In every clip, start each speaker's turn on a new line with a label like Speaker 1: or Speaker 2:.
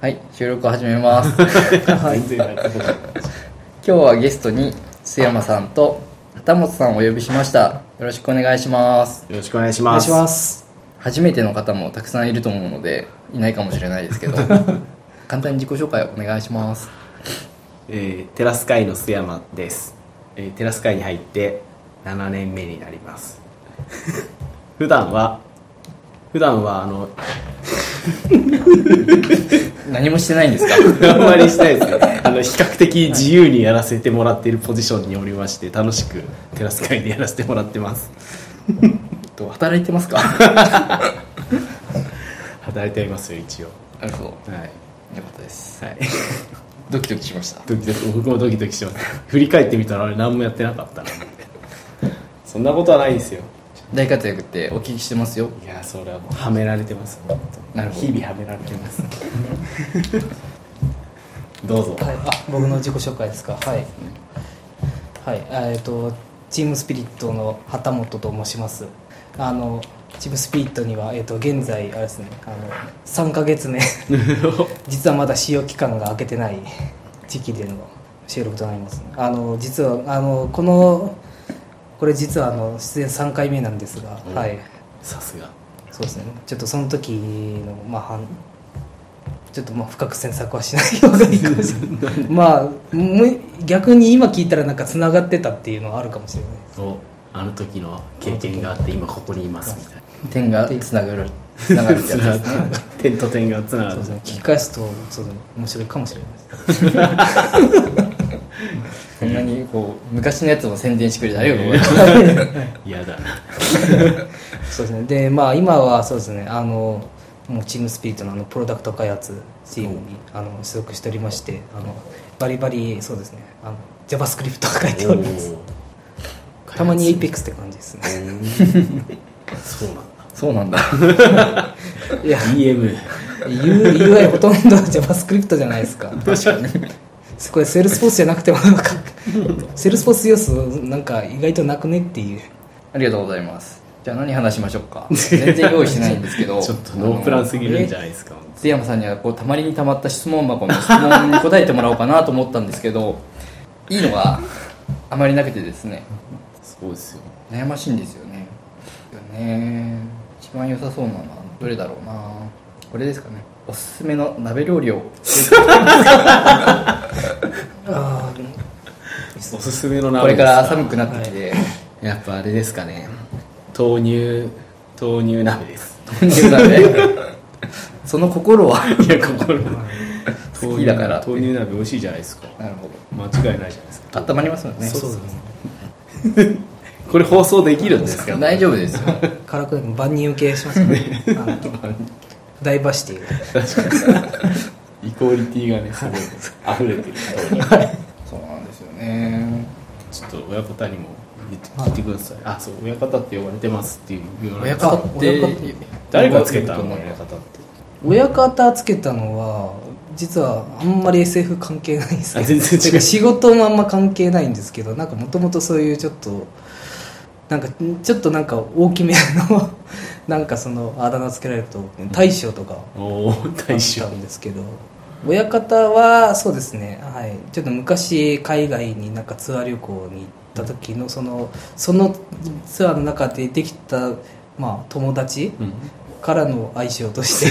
Speaker 1: はい、収録を始めます。
Speaker 2: 全然やってない
Speaker 1: 今日はゲストに須山さんと旗本さんをお呼びしました。よろしくお願いします。
Speaker 2: よろしくお願いし
Speaker 3: お願
Speaker 2: ま
Speaker 3: い
Speaker 2: す
Speaker 3: します。
Speaker 1: 初めての方もたくさんいると思うので、いないかもしれないです けど、簡単に自己紹介をお願いします。
Speaker 2: えー、テラス会の須山です、えー、テラス会に入って7年目になります 普段は普段はあの
Speaker 1: 何もしてないんですか
Speaker 2: あんまりしたいですね あの比較的自由にやらせてもらっているポジションにおりまして楽しくテラス会でやらせてもらってます
Speaker 1: と働いて ますか
Speaker 2: 働いておりますよ一応
Speaker 1: なるほど。
Speaker 2: はい
Speaker 1: よかったです。
Speaker 2: はい
Speaker 1: ドキドキしました。
Speaker 2: ドキドキ僕もドキドキします振り返ってみたらあれ何もやってなかったなそんなことはないんですよ
Speaker 1: 大活躍ってお聞きしてますよ。
Speaker 2: いやそれはもうはめられてます
Speaker 1: なるほど
Speaker 2: 日々はめられてます どうぞ
Speaker 3: はい、あ僕の自己紹介ですか。はい。はい、あえっ、と、チームスピリットの旗本と申します。あの、チームスピリットには、えっ、と、現在、あれですね、あの、3ヶ月目。実はまだ使用期間が明けてない時期での収録となります、あの、実は、あの、この、これ実は、あの、出演3回目なんですが、
Speaker 2: うん
Speaker 3: はい。
Speaker 2: さすが
Speaker 3: そうですねちょっとその時のまあはんちょっとまあ深く詮索はしない方がいいかもしれないまあむ逆に今聞いたらなんかつながってたっていうのはあるかもしれない
Speaker 2: おあの時の経験があって今ここにいますみたい
Speaker 1: 点がつながる、つながる ってやつ
Speaker 2: な
Speaker 1: で
Speaker 2: つ
Speaker 1: す
Speaker 2: なが
Speaker 1: ね。
Speaker 2: る点と点がつなが
Speaker 3: そう
Speaker 2: る
Speaker 3: ですね聞き返すとそうですね面白いかもしれないです
Speaker 1: こんなにこう、昔のやつも宣伝してくれてありがとうございます。
Speaker 2: 嫌だな
Speaker 3: そうですねでまあ今はそうですねあのもうチームスピリットのあのプロダクト開発チームにあの所属しておりましてあのバリバリそうですねあの JavaScript を書いております
Speaker 2: おー
Speaker 3: たまに APEX って感じですね
Speaker 2: そうなん だ
Speaker 1: そうなんだ。
Speaker 3: いや
Speaker 2: EM
Speaker 3: U- UI ほとんど JavaScript じゃないです か確かにこれセールスフォースじゃなくてもなんかセールスフォース要素なんか意外となくねっていう
Speaker 1: ありがとうございます。じゃあ何話しましょうか。全然用意してないんですけど。
Speaker 2: ちょっとノープランすぎるんじゃ
Speaker 1: あ
Speaker 2: ないですか
Speaker 1: の津山さんにはこうたまりにたまった質問箱の質問に答えてもらおうかなと思ったんですけど、いいのがあまりなくてですね、
Speaker 2: そうですよ
Speaker 1: 悩ましいんですよね。よね一番良さそうなのはどれだろうなこれですかね。おすすめの鍋料理を。
Speaker 3: あ
Speaker 2: おすすめの鍋
Speaker 1: これから
Speaker 2: です
Speaker 1: 寒くなってきて、
Speaker 2: やっぱあれですかね豆乳豆乳鍋です
Speaker 1: 飲んでくだ さいその心は。
Speaker 2: いや心
Speaker 1: 好きだから
Speaker 2: 豆乳鍋美味しいじゃないですか
Speaker 1: なるほ
Speaker 2: 間違いないじゃないですか
Speaker 1: ど。温まりますよ
Speaker 3: あ、
Speaker 1: ね。
Speaker 3: そうですね
Speaker 2: これ放送できるんですか
Speaker 1: 大丈夫ですよ。
Speaker 3: 辛くない万人受けしますねあのダイバーシティが
Speaker 2: イコーリティがねすごい溢れて る
Speaker 1: そうなんですよね。
Speaker 2: ちょっと親方にも言って聞いてくださいあそう親方って呼ばれてますっていうような
Speaker 1: 親方って
Speaker 3: 親方
Speaker 2: 誰がつけたの
Speaker 1: 思う
Speaker 2: 親方って
Speaker 3: 親方つけたのは実はあんまり SF 関係ないんですけど
Speaker 2: あ全然違う
Speaker 3: てか仕事もあんま関係ないんですけどなんかもともとそういうちょっとなんかちょっとなんか大きめのなんかそのあだ名つけられると大将とか
Speaker 2: おお
Speaker 3: あ
Speaker 2: 大
Speaker 3: った
Speaker 2: 将
Speaker 3: んですけど親方はそうですねはいちょっと昔海外になんかツアー旅行に行った時のそのそのツアーの中でできたまあ友達
Speaker 2: うん
Speaker 3: からの愛称として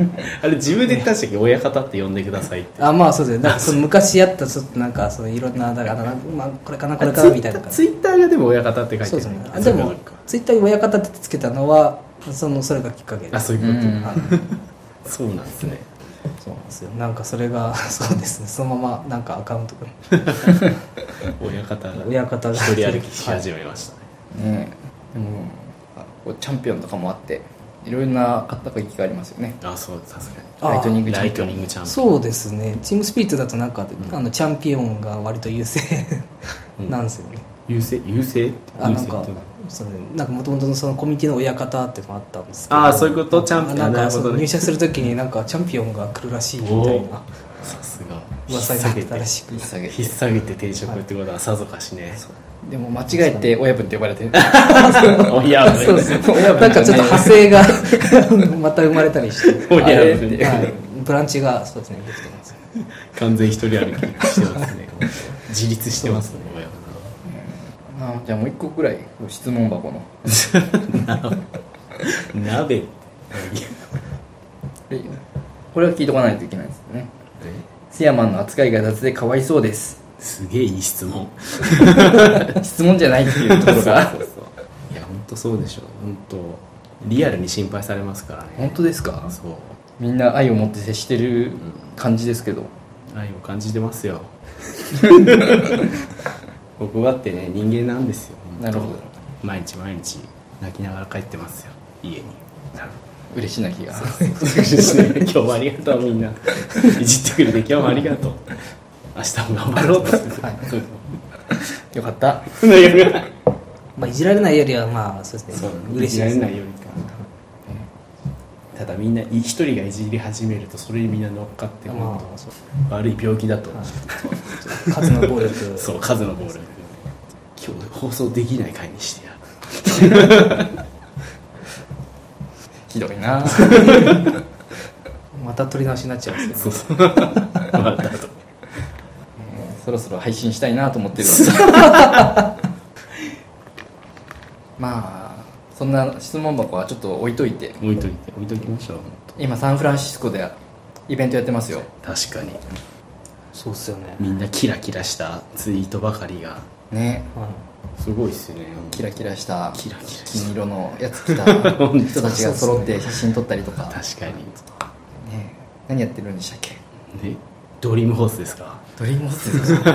Speaker 2: あれ自分で言ったんでしたっけ親方って呼んでくださいって
Speaker 3: あまあそうですねなんかその昔やったちょっとなんかそのいろんなだからあのまあ、これかなこれかなみたいな感
Speaker 2: ツ
Speaker 3: じ
Speaker 2: イッターがでも親方って書いて
Speaker 3: そうです
Speaker 2: る
Speaker 3: ね
Speaker 2: あ
Speaker 3: あで
Speaker 2: そ
Speaker 3: も
Speaker 2: うか
Speaker 3: ツイッターに親方ってつけたのはそのそれがきっかけで
Speaker 2: あ
Speaker 3: す
Speaker 2: そういうこ
Speaker 1: うん
Speaker 2: とそうなんですね
Speaker 3: そうなんですよなんかそれがそうですねそのままなんかアカウントが
Speaker 2: 親方が
Speaker 3: 親方が
Speaker 2: 一人歩きし始めましたね
Speaker 1: ねえでもあこうチャンピオンとかもあっていろんな肩書きがありますよね
Speaker 2: あそうさすがに
Speaker 3: あ
Speaker 1: ライトニングチ
Speaker 2: ラ
Speaker 1: ャ
Speaker 2: イ
Speaker 1: ンピ
Speaker 2: ト
Speaker 1: オン
Speaker 2: ニングチャンピ
Speaker 3: そうですねチームスピリットだとなんか、あのチャンピオンが割と優勢なんですよね、
Speaker 2: 優勢優勢
Speaker 3: あ
Speaker 2: 優
Speaker 3: な
Speaker 2: 勢
Speaker 3: んか
Speaker 2: っていうの
Speaker 3: それなんか元々のそのコミュニティの親方っていうのもあったんですけど
Speaker 2: ああそういうことチャンピオン
Speaker 3: なん
Speaker 2: な
Speaker 3: か
Speaker 2: るほ
Speaker 3: そ
Speaker 2: ど
Speaker 3: の
Speaker 2: ね
Speaker 3: 入社するときになんかチャンピオンが来るらしいみたいな
Speaker 2: おさすが
Speaker 3: 噂があったらしく
Speaker 1: 引っ提げ
Speaker 2: 引っ提げて転職ってことはさぞかしね
Speaker 1: でも間違えて親分って呼ばれてる
Speaker 2: おやぶ
Speaker 3: そうですなんかちょっと派生が また生まれたりして
Speaker 2: おや
Speaker 1: あれ
Speaker 2: ぶ
Speaker 1: って
Speaker 3: はい、ブランチがそうですねできてます
Speaker 2: 完全一人歩きしてますね自立してますね親は
Speaker 1: あーじゃあもう一個ぐらい質問箱の
Speaker 2: な鍋
Speaker 1: でこれは聞いとかないといけないですよねスヤマンの扱いが雑でかわいそうです
Speaker 2: すげえいい質問
Speaker 1: 質問じゃないっていうところが
Speaker 2: いや本当そうでしょ本当リアルに心配されますからね
Speaker 1: 本当ですか
Speaker 2: そう
Speaker 1: みんな愛を持って接してる感じですけど
Speaker 2: 愛を感じてますよ僕だってね人間なんですよ本当
Speaker 1: なるほど
Speaker 2: 毎日毎日泣きながら帰ってますよ家 に
Speaker 1: 嬉し泣きが
Speaker 2: 今日もありがとうみんないじってくれて今日もありがとう明日も頑張ろうと
Speaker 1: よかった
Speaker 3: まあいじられないよりはまあそうです
Speaker 2: そ
Speaker 3: ね
Speaker 2: う
Speaker 3: 嬉しい
Speaker 2: いじ
Speaker 3: です
Speaker 2: られな
Speaker 3: ね
Speaker 2: いよりかただみんな一人がいじり始めるとそれにみんな乗っかってくると、
Speaker 3: まあそう
Speaker 2: 悪い病気だと、
Speaker 3: 数の暴力
Speaker 2: そう数のボール今日放送できない回にしてやる
Speaker 1: ひどい な
Speaker 3: また取り直しになっちゃうんですけど、
Speaker 2: またと
Speaker 1: そろそろ配信したいなと思ってる まあそんな質問箱はちょっと置いといて
Speaker 2: 置いといて置いときましょう
Speaker 1: 今サンフランシスコでイベントやってますよ
Speaker 2: 確かに
Speaker 3: そうっすよね、
Speaker 2: みんなキラキラしたツイートばかりが
Speaker 1: ね
Speaker 3: う
Speaker 2: すごいっすよね
Speaker 1: キラキラした
Speaker 2: キラキラした
Speaker 1: 金色のやつ着 た人たちが揃って写真撮ったりとか、
Speaker 2: 確か
Speaker 1: ね、何やってるんでしたっけ
Speaker 2: にでドリームホースですか
Speaker 1: ドリームホステス今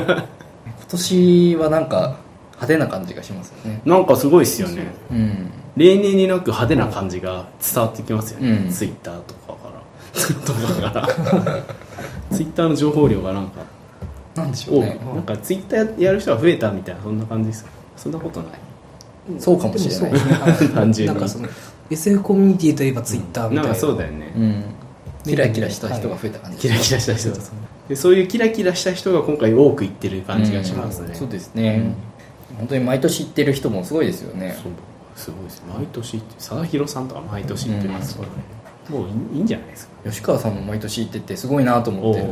Speaker 1: 年はなんか派手な感じがしますよね
Speaker 2: なんかすごいっすよね
Speaker 1: うん
Speaker 2: 例年になく派手な感じが伝わってきますよね、
Speaker 1: うん
Speaker 2: ツイッターとかからとかから ツイッターの情報量がなんか
Speaker 1: なんでしょ
Speaker 2: 多
Speaker 1: う
Speaker 2: い、
Speaker 1: ね
Speaker 2: なんかツイッターやる人が増えたみたいなそんな感じですかそんなことない
Speaker 3: ん
Speaker 1: そうかもしれない
Speaker 3: でそうですね
Speaker 2: 単純に
Speaker 3: なんかその SF コミュニティといえばツイッターみ
Speaker 2: な
Speaker 3: た
Speaker 2: ん
Speaker 3: いな,、
Speaker 2: かそうだよね、
Speaker 1: うんキラキラした人が増えた感じ
Speaker 2: キラキラした人でそういうキラキラした人が今回多く行ってる感じがしますね、
Speaker 1: うんそうですね、本当に毎年行ってる人もすごいですよね
Speaker 2: そうすごいです毎年行って佐田博さんとか毎年行ってますからね、もういいいいんじゃないですか
Speaker 1: 吉川さんも毎年行っててすごいなと思
Speaker 2: お
Speaker 1: っ
Speaker 2: お
Speaker 1: て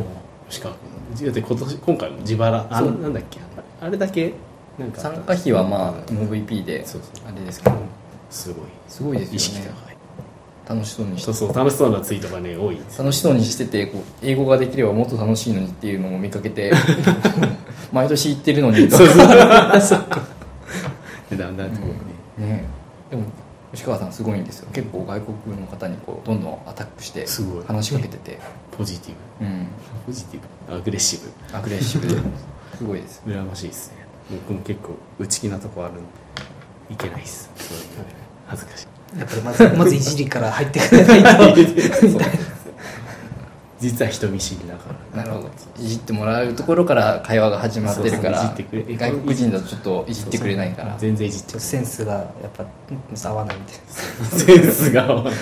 Speaker 2: しかもだって今年今回も自腹あ
Speaker 1: そう
Speaker 2: なんだっけあれだけなんか
Speaker 1: 参加費はまあ MVP で
Speaker 2: そうそう
Speaker 1: あれですけど
Speaker 2: すごい
Speaker 1: すごいで
Speaker 2: 意
Speaker 1: す
Speaker 2: 識
Speaker 1: よね
Speaker 2: 高い
Speaker 1: 楽しそうにし
Speaker 2: そう
Speaker 1: て
Speaker 2: そう楽しそうなツイートがね多いです
Speaker 1: 楽しそうにしててこう英語ができればもっと楽しいのにっていうのも見かけ て毎年行ってるのにと
Speaker 2: でだんだんとこうね、
Speaker 1: ねでも吉川さんすごいんですよ結構外国の方にこうどんどんアタックして
Speaker 2: すごい
Speaker 1: 話しかけてて、
Speaker 2: ポジティ
Speaker 1: うん、
Speaker 2: ブポジティブアグレッシブ
Speaker 1: アグレッシブですごいです
Speaker 2: 羨ましいですね僕も結構内気なとこあるんでいけないですそういうの恥ず かしい
Speaker 3: やっぱりまずまずいじりから入ってくれない
Speaker 2: 実は人見知りだから
Speaker 1: なるほどいじってもらうところから会話が始まってるから
Speaker 2: そうそういじってくれ
Speaker 1: 外国人だとちょっといじってくれないから
Speaker 2: 全然いじっち
Speaker 3: と
Speaker 2: ゃ
Speaker 3: センスがやっぱうん合わないみたいな
Speaker 2: うセンスが合わない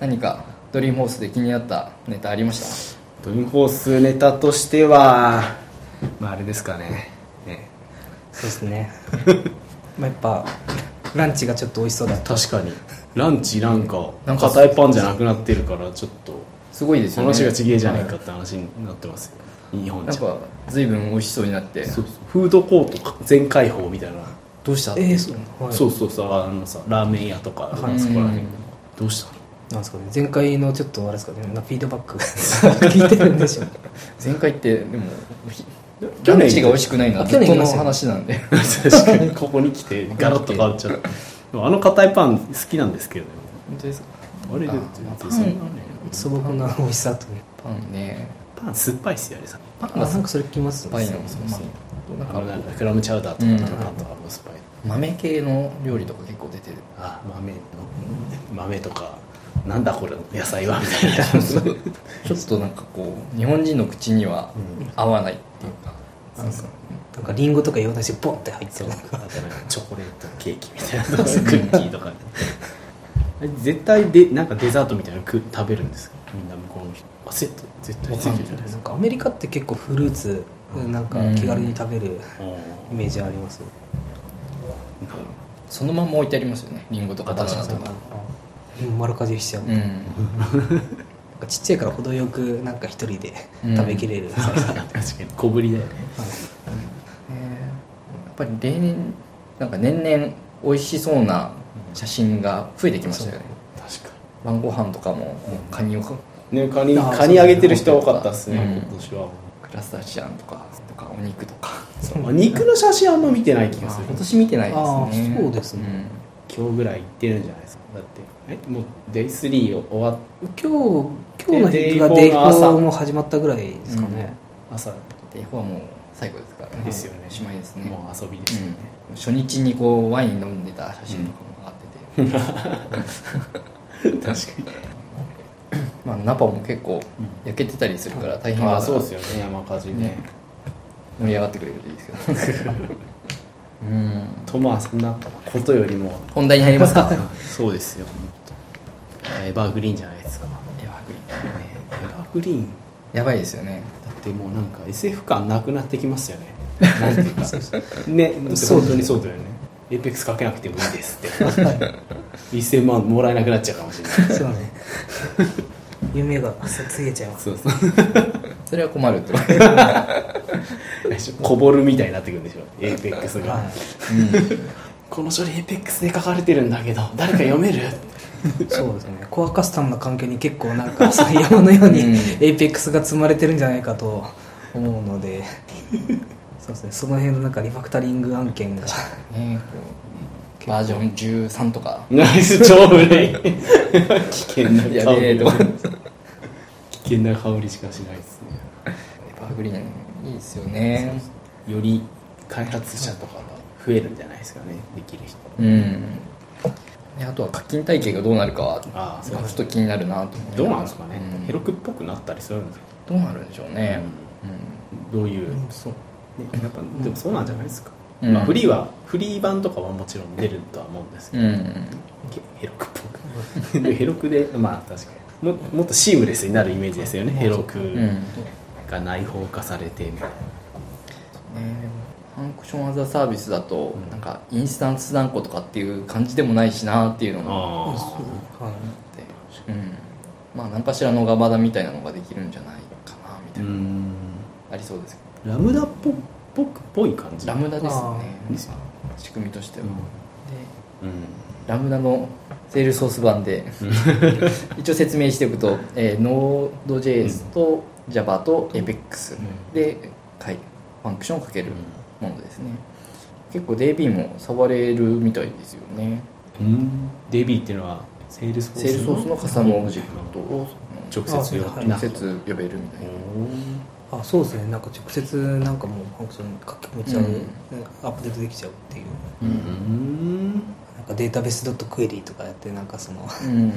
Speaker 1: 何かドリームホースで気になったネタありまし
Speaker 2: ドリームホースネタとしてはまああれですかねね
Speaker 3: そうですねまあやっぱランチがちょっと美味しそうだと
Speaker 2: 確かにランチなんか
Speaker 1: なんか
Speaker 2: 硬いパンじゃなくなってるからちょっと
Speaker 1: たすごいですよね
Speaker 2: 話がちげえじゃないかって話になってますよ日本
Speaker 1: なん
Speaker 2: じゃ
Speaker 1: か随分美味しそうになって
Speaker 2: そうそうフードコート全開放みたいな
Speaker 1: どうしたって
Speaker 3: えー、そうはい
Speaker 2: そうそうそうあのさラーメン屋とかそこら辺
Speaker 1: うん
Speaker 2: どうしたの
Speaker 3: なんですかね前回のちょっとあれですかねなんかフィードバック 聞いてるんでしょうか
Speaker 1: 前回ってでもひ
Speaker 2: 去
Speaker 1: ラ
Speaker 2: 年
Speaker 1: ンチが美味しくないのはず
Speaker 3: 去
Speaker 1: っ
Speaker 3: 年
Speaker 1: と
Speaker 3: 行き
Speaker 1: の
Speaker 3: まし
Speaker 1: 話
Speaker 3: たよ
Speaker 1: なんで
Speaker 2: 確かにここに来てガラッと変わっちゃったでもあの硬いパン好きなんですけどね
Speaker 1: 本当ですか
Speaker 2: あれで
Speaker 1: あ
Speaker 2: そんなね
Speaker 3: 素朴な美味しさとね
Speaker 1: パンね
Speaker 2: パン酸っぱいっすよあれさ
Speaker 3: あなんかそれ聞きます
Speaker 1: パイの
Speaker 2: なんかなんかクラムチャウダーとかのパンとかも酸っぱい
Speaker 1: 豆系の料理とか結構出てる
Speaker 2: あ豆の豆とかなんだこれ野菜はみたいな
Speaker 1: ちょっとなんかこう日本人の口には合わないっていうか、
Speaker 3: なんかなんかリンゴとか洋梨ボンって入って
Speaker 2: そう
Speaker 3: る
Speaker 2: なんかチョコレートケーキみたい なクッキーとか絶対でなんかデザートみたいなの食食べるんですかみんな向こうの人あセット絶対ついてるじゃないです
Speaker 3: なん
Speaker 2: か
Speaker 3: かアメリカって結構フルーツなんか気軽に食べるイメージあります
Speaker 2: うん
Speaker 1: そのまま置いてありますよねリンゴとかバナナと
Speaker 3: そう
Speaker 1: か
Speaker 3: うん丸かじりしちゃう、
Speaker 1: う
Speaker 3: なん
Speaker 1: ん
Speaker 3: かちっちゃいから程よくなんか一人で
Speaker 1: うん
Speaker 3: 食べき れる、サイズ
Speaker 2: 確かに小ぶりだよね
Speaker 1: えーやっぱり例年なんか年々美味しそうな写真が増えてきましたよね
Speaker 2: 確か
Speaker 1: 晩ご飯とかもカニをか
Speaker 2: にねカニ
Speaker 3: あー
Speaker 2: カニあげてる人多かったっすね
Speaker 1: うん
Speaker 2: 今年は
Speaker 1: クラスターシアンとかとかお肉とか
Speaker 2: そうあ肉の写真あんま見てない気がする
Speaker 1: 今年見てないですね
Speaker 3: あーそうですね
Speaker 2: 今日ぐらい行ってるんじゃないですかだってえもうデイ3を終わっ
Speaker 3: 今日今日の
Speaker 2: で
Speaker 3: 日が
Speaker 2: デ
Speaker 3: デ
Speaker 2: イ
Speaker 3: イ
Speaker 2: フォーの朝
Speaker 3: コも始まったぐらいですかね、
Speaker 2: 朝
Speaker 1: うんで F はもう最後ですからね
Speaker 2: ですよね
Speaker 1: おしまいですね
Speaker 2: もう遊びですよね、
Speaker 1: うん、初日にこうワイン飲んでた写真とかも上がってて、
Speaker 2: 確かに、
Speaker 1: まあ、ナパも結構焼けてたりするから大変
Speaker 2: あ
Speaker 1: だ
Speaker 2: あ
Speaker 1: か
Speaker 2: そう
Speaker 1: ら
Speaker 2: ですよね山火事ね
Speaker 1: ね盛り上がってくれるといいですけどうん
Speaker 2: とまあそんなことよりも
Speaker 1: 本題に入りますか
Speaker 2: そうですよエバーグリーンじゃないですか、ね、
Speaker 1: エバーグリーン
Speaker 2: エバーグリーン
Speaker 1: やばいですよね
Speaker 2: だってもうなんか SF 感なくなってきますよ ねなんていうかねだって本当にそうだよねエーペックスかけなくてもいいですって1000万もらえなくなっちゃうかもしれない
Speaker 3: そうね 夢がつげちゃいます
Speaker 2: そうそう
Speaker 1: それは困るって
Speaker 2: こぼるみたいになってくるんでしょエーペックスが
Speaker 3: は
Speaker 2: この書類エーペックスで書かれてるんだけど誰か読める
Speaker 3: い、そうですねコアカスタムの関係に結構なんかその山のように
Speaker 1: うん
Speaker 3: エイペックスが積まれてるんじゃないかと思うのでそうですねその辺のなんかリファクタリング案件が
Speaker 1: ねこうバージョン13とか
Speaker 2: ナイス超古い危険な香り
Speaker 1: やべえとかエ
Speaker 2: 危険な香りしかしないですね
Speaker 1: バーグリーンいいですよね
Speaker 2: より開発者とかが増えるんじゃないですかねできる人
Speaker 1: うんであとは課金体系がどうなるかは
Speaker 2: ああそ
Speaker 1: ち
Speaker 2: う
Speaker 1: ょっと気になるなと思い
Speaker 2: どう
Speaker 1: がら
Speaker 2: なんですかね、
Speaker 1: うん
Speaker 2: ヘロクっぽくなったりするんですか
Speaker 1: どうなるんでしょうね
Speaker 2: どういう、ね、
Speaker 3: そう
Speaker 2: やっぱでもそうなんじゃないですか、
Speaker 1: うん
Speaker 2: まあ、フリーはフリー版とかはもちろん出るとは思うんですけ
Speaker 1: う
Speaker 2: ど、
Speaker 1: ん、うん
Speaker 2: ヘロクっぽくでヘロクでまあ確かにももっとシームレスになるイメージですよねヘロク
Speaker 1: うん
Speaker 2: が内包化されてみたいな
Speaker 1: ねファンクションアザサービスだと、
Speaker 2: うん
Speaker 1: なんかインスタンス断固とかっていう感じでもないしなっていうのがあ
Speaker 2: ああ
Speaker 3: はい
Speaker 1: ってうん、まあ何かしらのガバダみたいなのができるんじゃないかなみた
Speaker 2: う
Speaker 1: いな、
Speaker 2: ん
Speaker 1: ありそうですけ
Speaker 2: ラムダっぽぽくぽい感じ
Speaker 1: どラムダです
Speaker 3: あ
Speaker 1: ね
Speaker 2: ですよ
Speaker 1: 仕組みとしては、
Speaker 2: うん
Speaker 1: で
Speaker 2: うん
Speaker 1: ラムダのセールソース版で 一応説明しておくと、えー、Node.js と Java と Apex
Speaker 2: うん
Speaker 1: で、はい、ファンクションをかけるものですね結構 DB も触れるみたいですよね
Speaker 2: うん、デビーっていうのはセールスフォー
Speaker 1: セ
Speaker 2: ス
Speaker 1: ールソースのカスタムオブジェクトを
Speaker 2: 直接よ
Speaker 3: はい
Speaker 1: 直接呼べるみたいな
Speaker 3: あそうですねなんか直接なんかもうファンクション書き込めちゃう、なんかアップデートできちゃうっていう
Speaker 2: うん
Speaker 3: なんかデータベースドットクエリーとかやってなんかその、はい、
Speaker 1: うん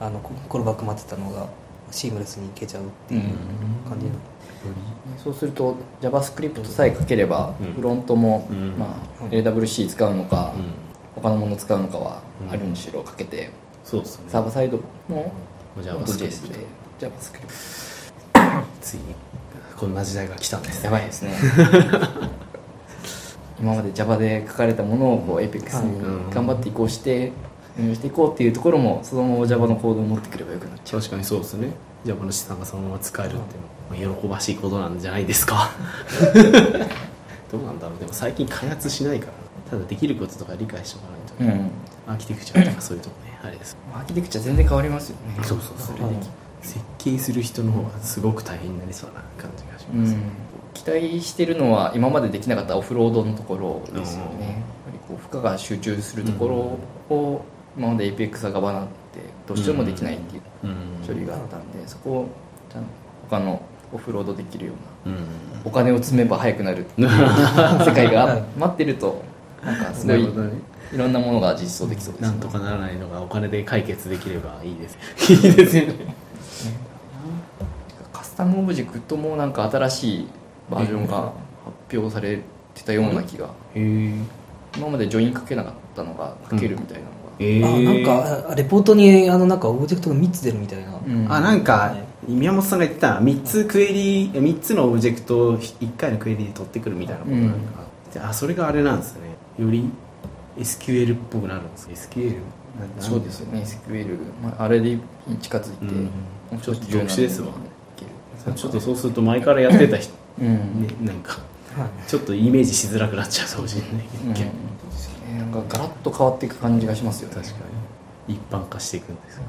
Speaker 3: あのココロバック待ってたのがシームレスにいけちゃうって
Speaker 1: う
Speaker 3: いうん感じの、
Speaker 1: そうすると JavaScript さえ書ければ
Speaker 2: うん
Speaker 1: フロントも、
Speaker 2: うん
Speaker 1: まあ、LWC 使うのか、
Speaker 2: うん
Speaker 1: 他のもの使うのかは
Speaker 2: うん
Speaker 1: あるにしろかけて
Speaker 2: そうですね
Speaker 1: サーバーサイドの
Speaker 2: じゃあ
Speaker 1: JS で JavaScript
Speaker 2: ついにこんな時代が来たんです
Speaker 1: やばいですね 今まで Java で書かれたものをこう Apex に頑張って移行して運用していこうっていうところもそのまま Java のコードを持ってくればよくなっちゃう
Speaker 2: 確かにそうですねじゃあこの資産がそのまま使えるっていうのは喜ばしいことなんじゃないですか どうなんだろうでも最近開発しないからただできることとか理解しておかないと、
Speaker 1: うん
Speaker 2: アーキテクチャとかそういうとこねあれです
Speaker 1: アーキテクチャ全然変わりますよね
Speaker 2: そ
Speaker 1: れで
Speaker 2: 設計する人の方がすごく大変になりそうな感じがし
Speaker 1: う
Speaker 2: ます、
Speaker 1: ん期待してるのは今までできなかったオフロードのところですよね、
Speaker 2: うん
Speaker 1: やっぱりこう負荷が集中するところを今まで APEX がガバナってどうしてもできないっていう
Speaker 2: うん
Speaker 1: 処理があったんでそこをちゃんと他のオフロードできるような
Speaker 2: うん
Speaker 1: お金を積めば早くなる っていう世界が待ってるとなんかすご
Speaker 2: ないる
Speaker 1: い
Speaker 2: ほどね
Speaker 1: ろんなものが実装できそうですね
Speaker 2: なんとかならないのがお金で解決できればいいですいいですよね
Speaker 1: カスタムオブジェクトもなんか新しいバージョンが発表されてたような気が
Speaker 2: へえ
Speaker 1: 今までジョインかけなかったのがかけるみたいなのが、
Speaker 2: え
Speaker 3: あなんかあレポートにあのなんかオブジェクトが3つ出るみたいな、
Speaker 1: うん
Speaker 2: あなんか宮本さんが言ってた3つクエリ3つのオブジェクトを1回のクエリで取ってくるみたいなことなんか、あってあそれがあれなんですねより SQL っぽくなるんです SQL なん
Speaker 1: そうですよね SQL、まあ、あれで近づいて、
Speaker 2: うん
Speaker 1: もうちょっと
Speaker 2: ちょっと特殊ですわ
Speaker 1: 柔軟にいける
Speaker 2: ちょっとそうすると前からやってた人、
Speaker 1: うん、
Speaker 2: ね、なんかちょっとイメージしづらくなっちゃうかもしれない
Speaker 1: うん
Speaker 2: けど、
Speaker 1: ねなんかガラッと変わっていく感じがしますよね
Speaker 2: 確かに一般化していくんですよ、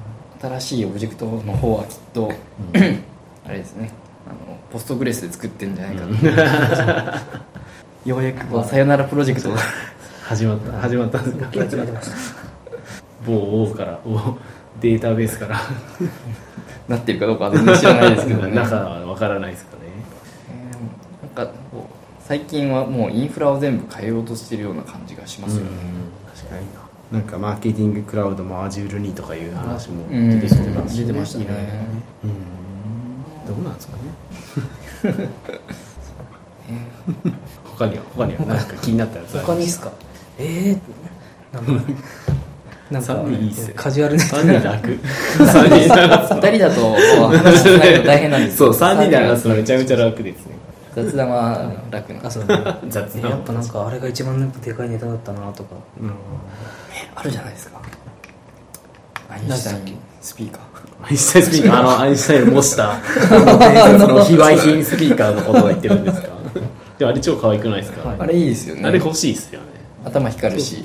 Speaker 1: 新しいオブジェクトの方はきっと
Speaker 2: うん
Speaker 1: あれですねあのポストグレスで作ってんじゃないかと、
Speaker 2: うん
Speaker 1: ようやくはさよならプロジェクトが
Speaker 2: 始まった始まったんですか
Speaker 3: 始まりました
Speaker 2: 某王から某データベースから
Speaker 1: なってるかどうかは全然知ら ないですけどね
Speaker 2: 中はわからないですかね
Speaker 1: えーなんかこう最近はもうインフラを全部変えようとしてるような感じがしますよね、
Speaker 2: 確かになんかマーケティングクラウドも Azure にとかいう話も
Speaker 1: うん
Speaker 2: 出てきてます
Speaker 1: 出てましたね
Speaker 2: うんどうなんですかね 他には他にはなんか気になったやつあり
Speaker 3: 他に
Speaker 2: ま
Speaker 3: っ
Speaker 2: す
Speaker 3: すかええー、なんかなんか
Speaker 2: 三人いいっすよ
Speaker 3: カジュアルな
Speaker 2: 三 人楽三人楽
Speaker 1: 2人だとこう話しないと大変なんです
Speaker 2: そう3人で話すのめちゃめちゃ楽ですね
Speaker 1: 雑談は楽な
Speaker 3: あそう、ね、
Speaker 2: 雑
Speaker 3: え
Speaker 2: な
Speaker 3: やっぱなんかあれが一番でかいネタだったなとか
Speaker 2: うん
Speaker 1: あるじゃないですかアインシュタインスピーカー
Speaker 2: アインシュタインスピーカーあのアインシュタインを模したあの伝説の非売品スピーカーのことを言ってるんですかでもあれ超可愛くないですか、
Speaker 1: あれいいですよね
Speaker 2: あれ欲しいっすよね
Speaker 1: 頭光るし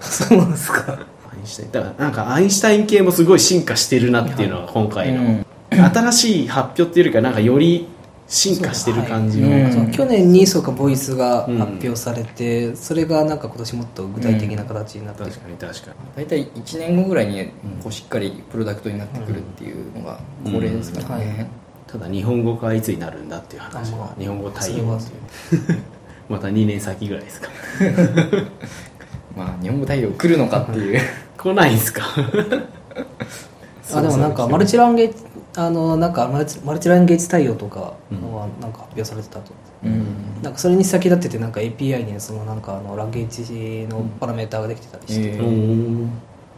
Speaker 3: そうなんですか
Speaker 2: アインシュタインだからなんかアインシュタイン系もすごい進化してるなっていうのは今回の、
Speaker 1: うん
Speaker 2: 新しい発表っていうよりかなんかより進化してる感じの、
Speaker 1: うん
Speaker 3: そう去年にそうかボイスが
Speaker 2: うん
Speaker 3: 発表されて、それがなんか今年もっと具体的な形になってる、
Speaker 2: 確かに確かに
Speaker 1: 大体1年後ぐらいにこうしっかりプロダクトになってくるっていうのが恒例ですからね、
Speaker 3: うんはい
Speaker 2: ただ日本語化はいつになるんだっていう話
Speaker 3: あまあ
Speaker 2: 日本語対応っていうまた2年先ぐらいですか
Speaker 1: まあ日本語対応来るのかっていう
Speaker 2: 来ないんすか
Speaker 3: あでもなんかマルチランゲージあのなんかマルチマルチランゲージ対応とかはなんか発表されてたと、
Speaker 1: うん
Speaker 3: なんかそれに先立っててなんか API にそのなんかあのランゲージのパラメーターができてたりして、
Speaker 1: え
Speaker 2: おー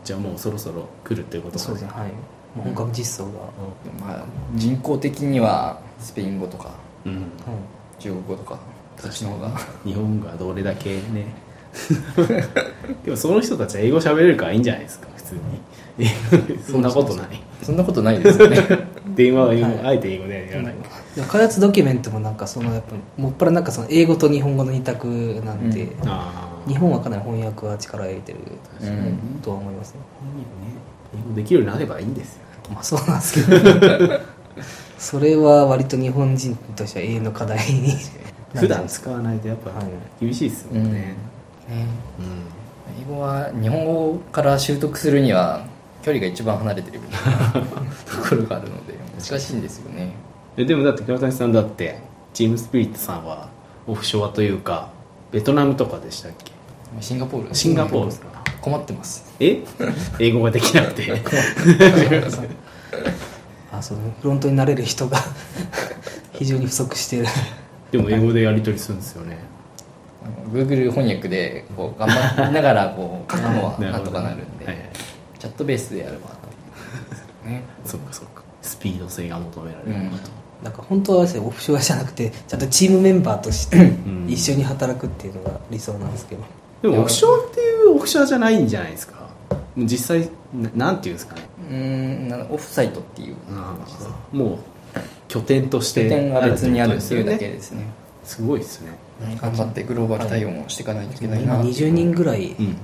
Speaker 2: じゃあもうそろそろ来るっていうことか
Speaker 3: そうですねはい、もう本格実装が、
Speaker 1: まあ人口的にはスペイン語とか
Speaker 2: うん
Speaker 3: はい
Speaker 1: 中国語とかそっちの方が
Speaker 2: 日本語はどれだけね でもその人たちは英語喋れるからいいんじゃないですか普通 にそんなことない
Speaker 1: そんなことないですよね
Speaker 2: 電話は英語、
Speaker 3: はい
Speaker 2: あえて英語でやらない、
Speaker 3: でも開発ドキュメントもなんかそのやっぱもっぱらなんかその英語と日本語の二択なんで、
Speaker 1: う
Speaker 2: ああ
Speaker 3: 日本はかなり翻訳は力を入れてる
Speaker 1: うん
Speaker 3: とは思いますね、
Speaker 2: ね英語できるようになればいいんですよ
Speaker 3: まあそうなんですけどそれは割と日本人としては永遠の課題に
Speaker 2: 普段使わないとやっぱ
Speaker 3: はい
Speaker 2: 厳しいですもんね、
Speaker 1: ね
Speaker 2: うん
Speaker 1: 英語は日本語から習得するには距離が一番離れてるみたいなところがあるので難しいんですよね
Speaker 2: えでもだって倉谷さんだってチームスピリットさんはオフショアというかベトナムとかでしたっけ
Speaker 1: シンガポール
Speaker 2: シンガポールですか
Speaker 1: 困ってます
Speaker 2: え英語ができな くて
Speaker 3: あそうフロントになれる人が 非常に不足してる
Speaker 2: でも英語でやり取りするんですよね
Speaker 1: あの Google 翻訳でこう頑張りながらこう書くの はなんとかなるんで、
Speaker 2: はいはい
Speaker 1: チャットベースでやればね
Speaker 2: そっかそっかスピード性が求められ
Speaker 1: う
Speaker 2: る
Speaker 1: ん
Speaker 3: なんか本当はですねオフショアじゃなくてちゃんとチームメンバーとして
Speaker 2: ん
Speaker 3: 一緒に働くっていうのが理想なんですけど、
Speaker 2: でもオフショアっていうオフショアじゃないんじゃないですか実際ななんていうんですかね
Speaker 1: うーんなオフサイトっていう
Speaker 2: もう拠点として
Speaker 1: 拠点が別にあるっていうだけ
Speaker 2: で
Speaker 1: ですね
Speaker 2: すごいですね
Speaker 1: 頑張ってグローバル対応もしていかないといけないな
Speaker 3: 今20人ぐらい、
Speaker 2: う
Speaker 1: う
Speaker 2: ん
Speaker 1: ん
Speaker 3: もう